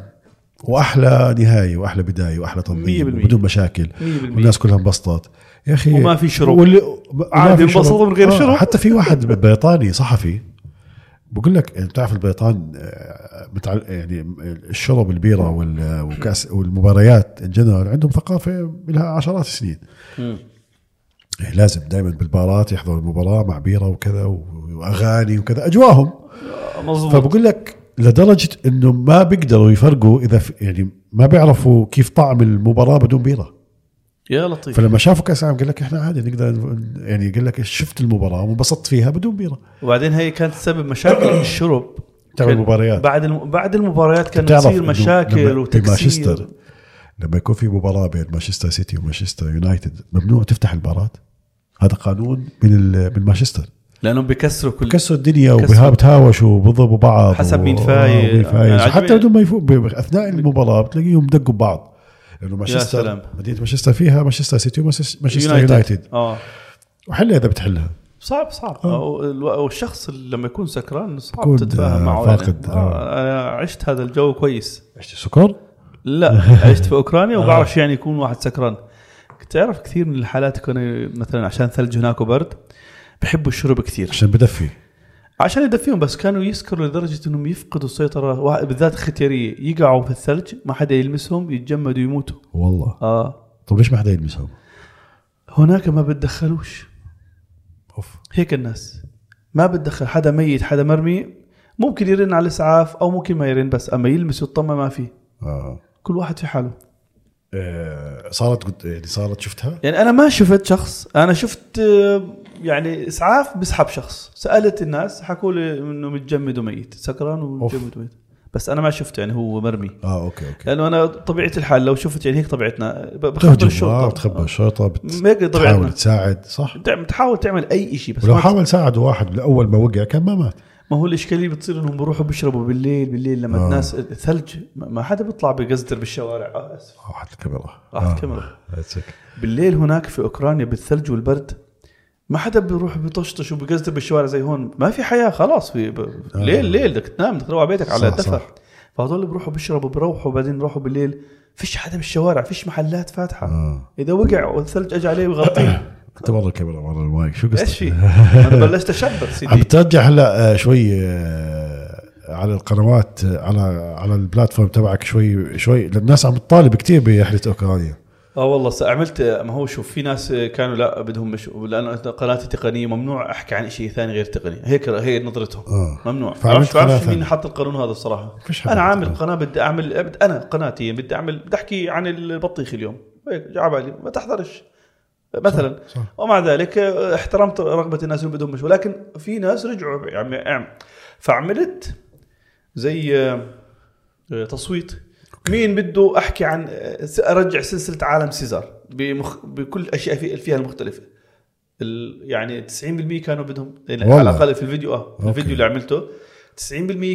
[SPEAKER 2] واحلى نهايه واحلى بدايه واحلى
[SPEAKER 1] مية
[SPEAKER 2] تنظيم
[SPEAKER 1] بالمية.
[SPEAKER 2] بدون مشاكل
[SPEAKER 1] مية بالمية.
[SPEAKER 2] والناس كلها انبسطت يا اخي
[SPEAKER 1] وما في شرب.
[SPEAKER 2] واللي- ما
[SPEAKER 1] عادي
[SPEAKER 2] في شرب.
[SPEAKER 1] انبسطوا من غير
[SPEAKER 2] آه،
[SPEAKER 1] شرب.
[SPEAKER 2] حتى في واحد بريطاني صحفي بقول لك يعني بتعرف البريطان آه، متعل... يعني الشرب البيره وال... وكاس والمباريات الجنرال عندهم ثقافه لها عشرات السنين إيه، لازم دائما بالبارات يحضروا المباراه مع بيره وكذا و- واغاني وكذا اجواهم
[SPEAKER 1] مظبوط
[SPEAKER 2] فبقول لك لدرجه انه ما بيقدروا يفرقوا اذا في يعني ما بيعرفوا كيف طعم المباراه بدون بيره
[SPEAKER 1] يا لطيف
[SPEAKER 2] فلما شافوا كاس العالم قال لك احنا عادي نقدر ن- يعني قال لك شفت المباراه وانبسطت فيها بدون بيره
[SPEAKER 1] وبعدين هي كانت سبب مشاكل الشرب
[SPEAKER 2] تعمل
[SPEAKER 1] كان-
[SPEAKER 2] مباريات.
[SPEAKER 1] بعد الم... بعد المباريات كانت
[SPEAKER 2] بتعرف
[SPEAKER 1] تصير
[SPEAKER 2] إنه
[SPEAKER 1] مشاكل
[SPEAKER 2] لما-
[SPEAKER 1] وتكسير
[SPEAKER 2] بمانشستر لما يكون في مباراه بين مانشستر سيتي ومانشستر يونايتد ممنوع تفتح المباراه هذا قانون من ال- من مانشستر
[SPEAKER 1] لانهم بيكسروا كل
[SPEAKER 2] كسروا الدنيا
[SPEAKER 1] كسروا.
[SPEAKER 2] وبها بتهاوشوا وبضربوا بعض
[SPEAKER 1] حسب
[SPEAKER 2] و-
[SPEAKER 1] مين فايز.
[SPEAKER 2] آه،
[SPEAKER 1] يعني
[SPEAKER 2] مين فايز
[SPEAKER 1] عجبني-
[SPEAKER 2] حتى بدون ما يفوق ب- اثناء المباراه بتلاقيهم دقوا ببعض لانه
[SPEAKER 1] سلام.
[SPEAKER 2] مانشستر مدينه مانشستر فيها مانشستر سيتي ومانشستر يونايتد
[SPEAKER 1] اه
[SPEAKER 2] وحلها اذا بتحلها
[SPEAKER 1] صعب صعب أو- الو- والشخص اللي لما يكون سكران صعب
[SPEAKER 2] يكون،
[SPEAKER 1] تتفاهم
[SPEAKER 2] آه،
[SPEAKER 1] معه
[SPEAKER 2] فاقد،
[SPEAKER 1] يعني.
[SPEAKER 2] آه.
[SPEAKER 1] آه. انا عشت هذا الجو كويس
[SPEAKER 2] عشت سكر (laughs)
[SPEAKER 1] لا عشت في اوكرانيا
[SPEAKER 2] آه.
[SPEAKER 1] وبعرف شو يعني يكون واحد سكران تعرف كثير من الحالات كانوا مثلا عشان ثلج هناك وبرد بحبوا الشرب كثير
[SPEAKER 2] عشان بدفي
[SPEAKER 1] عشان يدفيهم بس كانوا يسكروا لدرجه انهم يفقدوا السيطره واحد- بالذات الختياريه يقعوا في الثلج ما حدا يلمسهم يتجمدوا يموتوا
[SPEAKER 2] والله
[SPEAKER 1] اه
[SPEAKER 2] طب ليش ما حدا يلمسهم؟
[SPEAKER 1] هناك ما بتدخلوش
[SPEAKER 2] اوف
[SPEAKER 1] هيك الناس ما بتدخل حدا ميت حدا مرمي ممكن يرن على الاسعاف او ممكن ما يرن بس اما يلمس ويطمى ما في
[SPEAKER 2] آه.
[SPEAKER 1] كل واحد في حاله
[SPEAKER 2] آه. صارت قد... يعني صارت شفتها
[SPEAKER 1] يعني انا ما شفت شخص انا شفت آه، يعني اسعاف بسحب شخص سالت الناس حكوا لي انه متجمد وميت سكران ومتجمد وميت بس انا ما شفته يعني هو مرمي
[SPEAKER 2] اه اوكي اوكي
[SPEAKER 1] لانه انا طبيعه الحال لو شفت يعني هيك طبيعتنا ب- بخبر
[SPEAKER 2] بتهجم آه،
[SPEAKER 1] الشرطه
[SPEAKER 2] بتخبى الشرطه
[SPEAKER 1] ما يقدر
[SPEAKER 2] بتحاول
[SPEAKER 1] يبعدنا.
[SPEAKER 2] تساعد صح
[SPEAKER 1] بتعمل- آه. بتحاول تعمل اي شيء بس
[SPEAKER 2] ولو
[SPEAKER 1] ما,
[SPEAKER 2] حاول ساعد واحد من اول ما وقع كان ما مات
[SPEAKER 1] ما هو الاشكاليه بتصير انهم بيروحوا بيشربوا بالليل بالليل لما
[SPEAKER 2] آه.
[SPEAKER 1] الناس الثلج ما ما حدا بيطلع بيقزدر بالشوارع آه اسف
[SPEAKER 2] راحت الكاميرا
[SPEAKER 1] راحت الكاميرا.
[SPEAKER 2] آه، That's it.
[SPEAKER 1] بالليل هناك في اوكرانيا بالثلج والبرد ما حدا بيروح بيطشطش وبيقزدر بالشوارع زي هون ما في حياه خلاص في ب... ليل ليل بدك تنام بدك تروح على بيتك على
[SPEAKER 2] آه. صح،
[SPEAKER 1] الدفع
[SPEAKER 2] صح.
[SPEAKER 1] فهذول بيروحوا بيشربوا بيروحوا بعدين بيروحوا بالليل فيش حدا بالشوارع فيش محلات فاتحه
[SPEAKER 2] آه.
[SPEAKER 1] اذا وقع والثلج اجى عليه
[SPEAKER 2] (coughs)
[SPEAKER 1] ويغطيه
[SPEAKER 2] انت مره الكاميرا مره المايك شو قصتك؟
[SPEAKER 1] ايش
[SPEAKER 2] (laughs)
[SPEAKER 1] في؟ انا بلشت اشبر
[SPEAKER 2] عم
[SPEAKER 1] سيدي
[SPEAKER 2] ترجع هلا آه، شوي آه، على القنوات آه، على على البلاتفورم تبعك شوي شوي الناس عم تطالب كثير برحله اوكرانيا
[SPEAKER 1] اه والله س- عملت ما هو شوف في ناس كانوا لا بدهم مش لانه قناتي تقنيه ممنوع احكي عن شيء ثاني غير تقني هيك هي نظرتهم
[SPEAKER 2] آه.
[SPEAKER 1] ممنوع
[SPEAKER 2] فعملت
[SPEAKER 1] عرفت
[SPEAKER 2] قناة
[SPEAKER 1] عرفت مين
[SPEAKER 2] ثانية.
[SPEAKER 1] حط القانون هذا الصراحه
[SPEAKER 2] فيش حدا
[SPEAKER 1] انا
[SPEAKER 2] حط
[SPEAKER 1] عامل
[SPEAKER 2] قانون.
[SPEAKER 1] قناه بدي اعمل بدي انا قناتي بدي اعمل بدي احكي عن البطيخ اليوم هيك جا على بالي ما تحضرش مثلا
[SPEAKER 2] صح، صح.
[SPEAKER 1] ومع ذلك آه، احترمت رغبه الناس اللي بدهم مش ولكن في ناس رجعوا يعني فعملت زي آه، آه، تصويت مين بده احكي عن ارجع سلسله عالم سيزار بمخ... بكل الاشياء في- فيها المختلفه ال... يعني 90% كانوا بدهم يعني على
[SPEAKER 2] والله.
[SPEAKER 1] الاقل في الفيديو اه في
[SPEAKER 2] أوكي.
[SPEAKER 1] الفيديو اللي عملته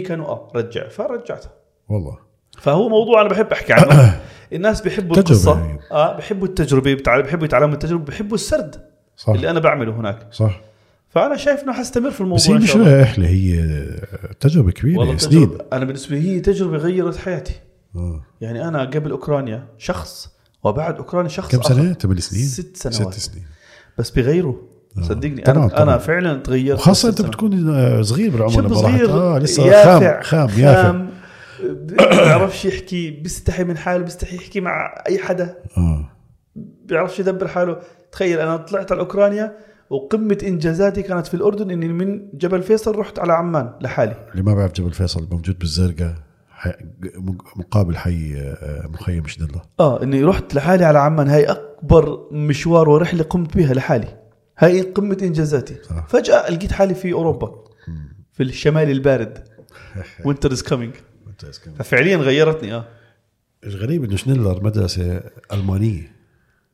[SPEAKER 1] 90% كانوا اه رجع فرجعتها
[SPEAKER 2] والله
[SPEAKER 1] فهو موضوع انا بحب احكي
[SPEAKER 2] (coughs)
[SPEAKER 1] عنه الناس بيحبوا
[SPEAKER 2] تجربة
[SPEAKER 1] القصه
[SPEAKER 2] يعني.
[SPEAKER 1] اه بيحبوا التجربه بتاع- بيحبوا يتعلموا التجربه بيحبوا السرد
[SPEAKER 2] صح
[SPEAKER 1] اللي انا بعمله هناك
[SPEAKER 2] صح
[SPEAKER 1] فانا شايف انه حستمر في الموضوع
[SPEAKER 2] بس هي
[SPEAKER 1] إن
[SPEAKER 2] مش
[SPEAKER 1] شاء الله.
[SPEAKER 2] رحله هي تجربه كبيره
[SPEAKER 1] والله
[SPEAKER 2] سنين
[SPEAKER 1] تجربة انا بالنسبه لي هي تجربه غيرت حياتي
[SPEAKER 2] آه.
[SPEAKER 1] يعني انا قبل اوكرانيا شخص وبعد اوكرانيا شخص
[SPEAKER 2] كم
[SPEAKER 1] آخر.
[SPEAKER 2] سنه؟ ثمان سنين؟
[SPEAKER 1] ست سنوات
[SPEAKER 2] ست آه. سنين
[SPEAKER 1] بس بيغيروا صدقني
[SPEAKER 2] طبعاً،
[SPEAKER 1] انا انا
[SPEAKER 2] طبعاً.
[SPEAKER 1] فعلا تغيرت
[SPEAKER 2] وخاصه
[SPEAKER 1] بست
[SPEAKER 2] انت
[SPEAKER 1] سنوات.
[SPEAKER 2] بتكون آه، صغير بالعمر
[SPEAKER 1] شاب
[SPEAKER 2] لما رحت.
[SPEAKER 1] صغير
[SPEAKER 2] اه لسه خام خام يافع
[SPEAKER 1] خام بيعرفش يحكي بيستحي من حاله بيستحي يحكي مع اي حدا
[SPEAKER 2] اه
[SPEAKER 1] بيعرفش يدبر حاله تخيل انا طلعت على اوكرانيا وقمه انجازاتي كانت في الاردن اني من جبل فيصل رحت على عمان لحالي
[SPEAKER 2] اللي ما بعرف جبل فيصل موجود بالزرقاء حي... مق- مقابل حي آه، مخيم شدله
[SPEAKER 1] اه اني رحت لحالي على عمان هاي اكبر مشوار ورحله قمت بها لحالي هاي قمه انجازاتي
[SPEAKER 2] صح.
[SPEAKER 1] فجاه لقيت حالي في اوروبا في الشمال البارد وينتر از كامينج
[SPEAKER 2] ممتاز كمان.
[SPEAKER 1] ففعليا غيرتني اه
[SPEAKER 2] الغريب انه شنلر مدرسه المانيه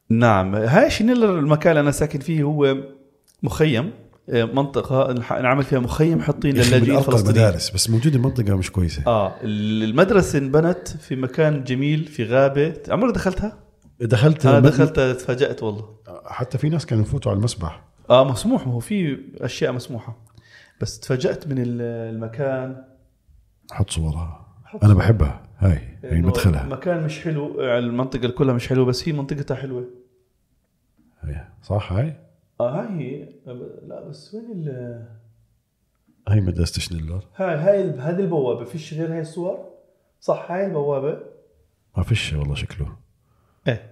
[SPEAKER 1] نعم هاي شنيلر المكان اللي انا ساكن فيه هو مخيم آه، منطقه الح- انعمل فيها مخيم حاطين
[SPEAKER 2] يا أخي من
[SPEAKER 1] للاجئين
[SPEAKER 2] ارقى
[SPEAKER 1] الفلسطينيين
[SPEAKER 2] المدارس بس موجوده منطقه مش كويسه
[SPEAKER 1] اه المدرسه انبنت في مكان جميل في غابه عمرك دخلتها؟
[SPEAKER 2] دخلت
[SPEAKER 1] انا
[SPEAKER 2] مد-
[SPEAKER 1] دخلتها تفاجات والله
[SPEAKER 2] آه، حتى في ناس كانوا يفوتوا على المسبح
[SPEAKER 1] اه مسموح ما هو في اشياء مسموحه بس تفاجات من ال- المكان
[SPEAKER 2] حط صورها انا بحبها هاي هي
[SPEAKER 1] إنه
[SPEAKER 2] مدخلها
[SPEAKER 1] المكان مش حلو آه، المنطقه كلها مش حلوه بس هي منطقتها حلوه
[SPEAKER 2] هي. صح هاي
[SPEAKER 1] اه هاي هي آه، لا بس وين ال
[SPEAKER 2] هاي مدرسه شنلر
[SPEAKER 1] هاي هاي ال- هذه البوابه فيش غير هاي الصور صح هاي البوابه
[SPEAKER 2] ما فيش والله شكله
[SPEAKER 1] ايه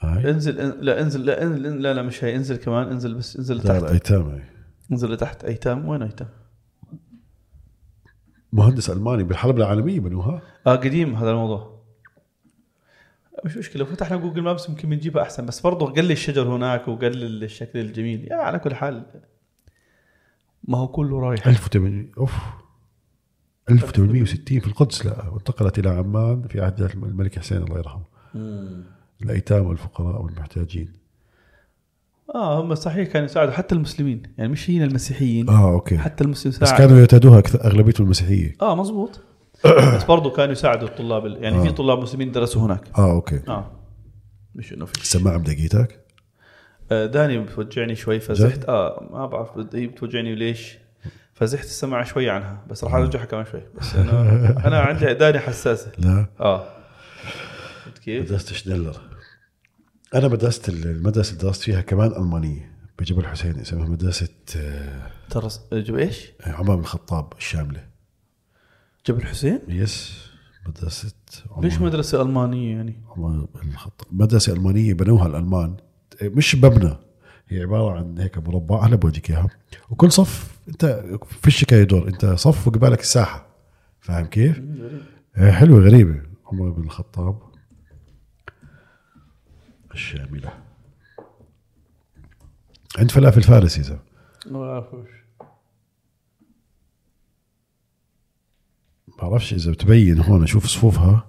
[SPEAKER 2] هاي
[SPEAKER 1] انزل إن... لا انزل لا انزل لا لا مش هاي انزل كمان انزل بس انزل
[SPEAKER 2] دار
[SPEAKER 1] لتحت
[SPEAKER 2] الايتام هاي.
[SPEAKER 1] انزل لتحت ايتام وين ايتام؟
[SPEAKER 2] مهندس الماني بالحرب العالميه بنوها
[SPEAKER 1] اه قديم هذا الموضوع مش مشكله لو فتحنا جوجل مابس يمكن بنجيبها احسن بس برضه قل الشجر هناك وقل الشكل الجميل يعني على كل حال ما هو كله رايح
[SPEAKER 2] 1800 اوف 1860 في القدس لا وانتقلت الى عمان في عهد الملك حسين الله يرحمه الايتام والفقراء والمحتاجين
[SPEAKER 1] اه هم صحيح كانوا يساعدوا حتى المسلمين يعني مش هنا المسيحيين
[SPEAKER 2] اه اوكي
[SPEAKER 1] حتى المسلمين
[SPEAKER 2] بس
[SPEAKER 1] ساعدوا.
[SPEAKER 2] كانوا يعتادوها أكثر- اغلبيتهم المسيحيه
[SPEAKER 1] اه مزبوط بس برضه كانوا يساعدوا الطلاب ال- يعني في طلاب مسلمين درسوا هناك
[SPEAKER 2] اه اوكي
[SPEAKER 1] اه مش انه في
[SPEAKER 2] السماعه مدقيتك
[SPEAKER 1] آه، داني بتوجعني شوي فزحت اه ما بعرف بت- هي بتوجعني ليش فزحت السماعه شوي عنها بس راح ارجعها كمان شوي بس انا انا عندي داني حساسه
[SPEAKER 2] لا
[SPEAKER 1] اه فهمت كيف؟
[SPEAKER 2] مدرسه شنلر انا مدرسه المدرسه اللي درست فيها كمان المانيه بجبل حسين اسمها مدرسه آه،
[SPEAKER 1] ترى س- جب ايش؟
[SPEAKER 2] عمام الخطاب الشامله
[SPEAKER 1] جبل حسين؟
[SPEAKER 2] يس مدرسه عمام
[SPEAKER 1] ليش مدرسه المانيه يعني؟
[SPEAKER 2] عمر بن الخطاب مدرسة ألمانية بنوها الألمان مش مبنى هي عبارة عن هيك مربع أنا بورجيك إياها وكل صف أنت فيش كاي دور أنت صف وقبالك الساحة فاهم كيف؟ آه، حلوة غريبة عمر بن الخطاب الشاملة عند فلافل فارس يا زلمة
[SPEAKER 1] ما بعرفوش
[SPEAKER 2] بعرفش إذا بتبين هون أشوف صفوفها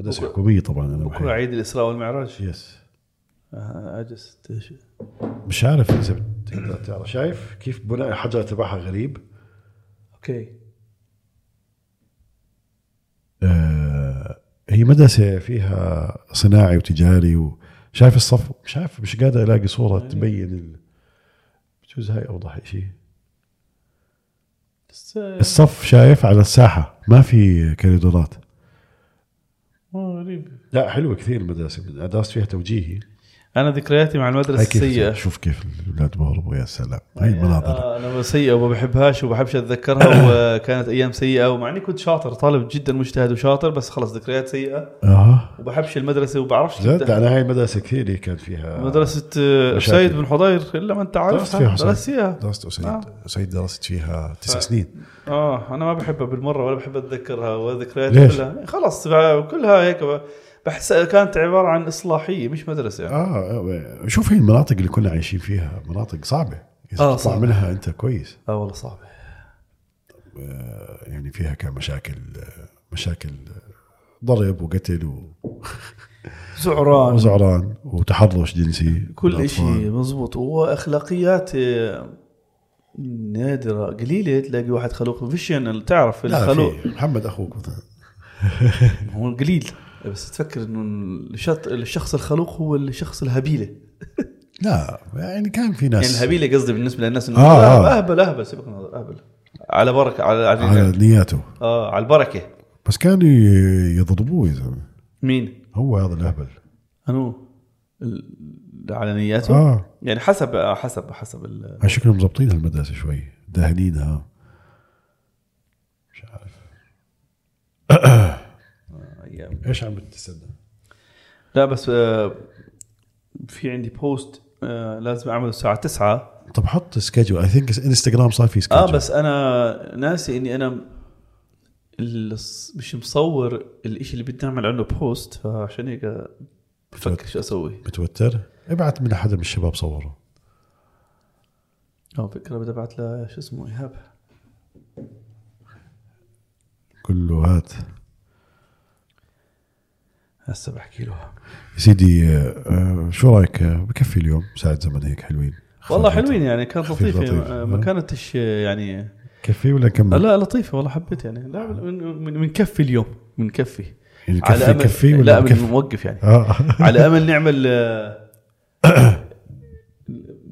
[SPEAKER 2] مدرسة حكومية طبعا أنا
[SPEAKER 1] بكره
[SPEAKER 2] بحب
[SPEAKER 1] عيد الاسراء والمعراج
[SPEAKER 2] يس
[SPEAKER 1] آه، عجز تش-
[SPEAKER 2] مش عارف اذا بتقدر تعرف شايف كيف بناء الحجر تبعها غريب
[SPEAKER 1] اوكي
[SPEAKER 2] آه هي مدرسه فيها صناعي وتجاري وشايف الصف مش عارف مش قادر الاقي صوره تبين ال... بجوز هاي اوضح شيء
[SPEAKER 1] بس آه،
[SPEAKER 2] الصف شايف على الساحه ما في كريدورات
[SPEAKER 1] آه، غريب
[SPEAKER 2] لا حلوه كثير المدرسه أنا درست فيها توجيهي
[SPEAKER 1] انا ذكرياتي مع المدرسه
[SPEAKER 2] هاي كيف
[SPEAKER 1] سيئه
[SPEAKER 2] شوف كيف الاولاد بهربوا يا سلام هاي المناظر
[SPEAKER 1] آه، انا سيئه وما بحبهاش وما بحبش
[SPEAKER 2] (coughs)
[SPEAKER 1] اتذكرها وكانت ايام سيئه ومع اني كنت شاطر طالب جدا مجتهد وشاطر بس خلص ذكريات سيئه
[SPEAKER 2] اه
[SPEAKER 1] وبحبش المدرسه وبعرفش
[SPEAKER 2] زاد
[SPEAKER 1] كنت-
[SPEAKER 2] انا هاي المدرسه كثير هي كان فيها
[SPEAKER 1] مدرسه آه،
[SPEAKER 2] مشاكل.
[SPEAKER 1] سيد بن حضير الا ما انت
[SPEAKER 2] درست فيها
[SPEAKER 1] عارفها
[SPEAKER 2] حسين.
[SPEAKER 1] درست فيها
[SPEAKER 2] درست اسيد
[SPEAKER 1] آه.
[SPEAKER 2] اسيد درست فيها تسع سنين
[SPEAKER 1] اه انا ما بحبها بالمره ولا بحب اتذكرها وذكرياتي
[SPEAKER 2] ليش؟
[SPEAKER 1] كلها خلص ب- كلها هيك ب- بحس كانت عباره عن اصلاحيه مش مدرسه يعني.
[SPEAKER 2] اه شوف هي المناطق اللي كنا عايشين فيها مناطق صعبه اذا
[SPEAKER 1] آه،
[SPEAKER 2] آه تطلع
[SPEAKER 1] صعبة.
[SPEAKER 2] منها انت كويس
[SPEAKER 1] اه والله صعبه
[SPEAKER 2] آه، يعني فيها كان مشاكل آه، مشاكل آه، ضرب وقتل و-
[SPEAKER 1] سعران
[SPEAKER 2] وزعران وتحرش جنسي
[SPEAKER 1] كل
[SPEAKER 2] بالأطفال.
[SPEAKER 1] شيء مزبوط واخلاقيات آه، نادره قليله تلاقي واحد خلوق فيشن تعرف
[SPEAKER 2] لا
[SPEAKER 1] الخلوق
[SPEAKER 2] في محمد اخوك مثلا
[SPEAKER 1] هو قليل بس تفكر انه الشط... الشخص الخلوق هو الشخص الهبيله
[SPEAKER 2] لا يعني كان في
[SPEAKER 1] يعني
[SPEAKER 2] ناس
[SPEAKER 1] الهبيله قصدي بالنسبه للناس انه
[SPEAKER 2] آه،
[SPEAKER 1] آه
[SPEAKER 2] آه.
[SPEAKER 1] اهبل اهبل سيبك من هذا، اهبل على بركه على على,
[SPEAKER 2] على نياته
[SPEAKER 1] آه على البركه
[SPEAKER 2] بس كانوا ي- يضربوه يا زلمه
[SPEAKER 1] مين؟
[SPEAKER 2] هو هذا الاهبل
[SPEAKER 1] انو ال- على نياته
[SPEAKER 2] اه
[SPEAKER 1] يعني حسب آه، حسب حسب ال...
[SPEAKER 2] على شكلهم مظبطين هالمدرسه شوي داهنينها مش عارف
[SPEAKER 1] أيام.
[SPEAKER 2] ايش عم بتستنى؟
[SPEAKER 1] لا بس آه، في عندي بوست آه، لازم اعمله الساعه 9
[SPEAKER 2] طب حط سكجول اي ثينك انستغرام صار في سكجول
[SPEAKER 1] اه بس انا ناسي اني انا الص- مش مصور الاشي اللي بدي اعمل عنه بوست فعشان هيك آه، بفكر شو اسوي
[SPEAKER 2] متوتر ابعت من احد من الشباب صوره
[SPEAKER 1] اه فكره بدي ابعت له شو اسمه ايهاب
[SPEAKER 2] قل له هات
[SPEAKER 1] هسه بحكي له
[SPEAKER 2] يا سيدي آه، آه، شو رايك آه، بكفي اليوم ساعه زمن هيك حلوين
[SPEAKER 1] والله
[SPEAKER 2] خفيف.
[SPEAKER 1] حلوين يعني كانت
[SPEAKER 2] خفيف لطيف.
[SPEAKER 1] لطيفه آه، ما
[SPEAKER 2] آه.
[SPEAKER 1] كانتش آه، يعني
[SPEAKER 2] كفي ولا نكمل؟
[SPEAKER 1] لا لطيفه والله حبيت يعني لا من- من من كفي اليوم من كفي
[SPEAKER 2] يعني كفي كفي ولا
[SPEAKER 1] لا
[SPEAKER 2] بكفي؟
[SPEAKER 1] من موقف يعني
[SPEAKER 2] اه
[SPEAKER 1] على امل نعمل آه، (coughs)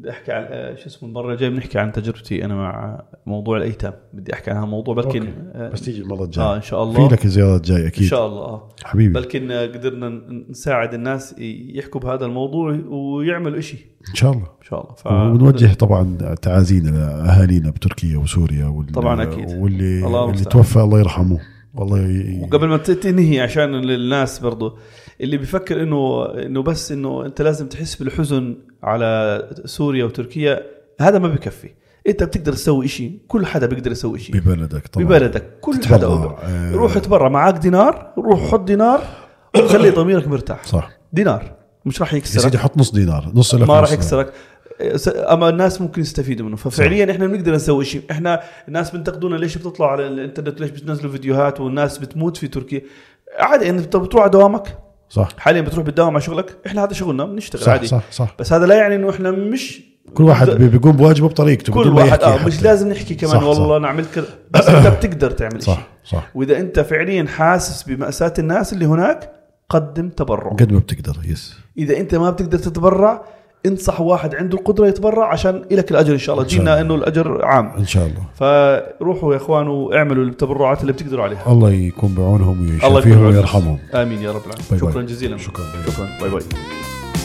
[SPEAKER 1] بدي احكي عن آه، شو اسمه المره الجايه بنحكي عن تجربتي انا مع موضوع الايتام بدي احكي عن هالموضوع بلكن آه،
[SPEAKER 2] (laughs) بس تيجي المره الجايه
[SPEAKER 1] اه ان شاء الله
[SPEAKER 2] في لك زيارات جاي
[SPEAKER 1] ان
[SPEAKER 2] اكيد
[SPEAKER 1] شاء الله اه
[SPEAKER 2] حبيبي
[SPEAKER 1] بلكن آه، قدرنا ن- نساعد الناس ي- يحكوا بهذا الموضوع ويعملوا إشي
[SPEAKER 2] ان شاء الله
[SPEAKER 1] ان شاء الله ف...
[SPEAKER 2] ونوجه طبعا تعازينا لاهالينا بتركيا وسوريا واللي
[SPEAKER 1] طبعاً أكيد.
[SPEAKER 2] واللي
[SPEAKER 1] الله
[SPEAKER 2] اللي
[SPEAKER 1] المستعان.
[SPEAKER 2] توفى الله يرحمه والله ي...
[SPEAKER 1] وقبل ما تت- تنهي عشان للناس برضو اللي بيفكر انه انه بس انه انت لازم تحس بالحزن على سوريا وتركيا هذا ما بكفي انت بتقدر تسوي إشي كل حدا بيقدر يسوي إشي
[SPEAKER 2] ببلدك طبعا
[SPEAKER 1] ببلدك كل
[SPEAKER 2] تتبرع.
[SPEAKER 1] حدا بيقدر.
[SPEAKER 2] آه.
[SPEAKER 1] روح اتبرع معك دينار روح حط دينار وخلي ضميرك مرتاح
[SPEAKER 2] صح
[SPEAKER 1] دينار مش راح
[SPEAKER 2] يا سيدي
[SPEAKER 1] يكسرك
[SPEAKER 2] حط نص دينار نص لك
[SPEAKER 1] ما
[SPEAKER 2] ونص
[SPEAKER 1] راح
[SPEAKER 2] لك.
[SPEAKER 1] يكسرك س- اما الناس ممكن يستفيدوا منه ففعليا احنا بنقدر نسوي شيء احنا الناس بنتقدونا ليش بتطلع على الانترنت ليش بتنزلوا فيديوهات والناس بتموت في تركيا عادي انت بتروح على دوامك
[SPEAKER 2] صح
[SPEAKER 1] حاليا بتروح بتداوم على شغلك احنا هذا شغلنا بنشتغل
[SPEAKER 2] صح
[SPEAKER 1] عادي
[SPEAKER 2] صح صح
[SPEAKER 1] بس هذا لا يعني انه احنا مش
[SPEAKER 2] كل واحد بي- بيقوم بواجبه بطريقته
[SPEAKER 1] كل
[SPEAKER 2] بدون ما
[SPEAKER 1] واحد
[SPEAKER 2] يحكي
[SPEAKER 1] اه مش
[SPEAKER 2] حتى.
[SPEAKER 1] لازم نحكي كمان
[SPEAKER 2] صح،
[SPEAKER 1] صح والله
[SPEAKER 2] صح.
[SPEAKER 1] انا عملت كذا بس انت بتقدر تعمل شيء
[SPEAKER 2] صح صح
[SPEAKER 1] واذا انت فعليا حاسس بمأساة الناس اللي هناك قدم تبرع
[SPEAKER 2] قد ما بتقدر يس
[SPEAKER 1] اذا انت ما بتقدر تتبرع انصح واحد عنده القدره يتبرع عشان لك الاجر ان شاء الله
[SPEAKER 2] إن شاء
[SPEAKER 1] جينا
[SPEAKER 2] الله.
[SPEAKER 1] انه الاجر عام
[SPEAKER 2] ان شاء الله
[SPEAKER 1] فروحوا يا اخوان واعملوا التبرعات اللي بتقدروا عليها
[SPEAKER 2] الله يكون بعونهم
[SPEAKER 1] الله يكون
[SPEAKER 2] ويشفيهم
[SPEAKER 1] بعونكم.
[SPEAKER 2] ويرحمهم
[SPEAKER 1] امين يا رب العالمين
[SPEAKER 2] باي
[SPEAKER 1] شكرا
[SPEAKER 2] باي.
[SPEAKER 1] جزيلا
[SPEAKER 2] شكراً.
[SPEAKER 1] شكرا باي باي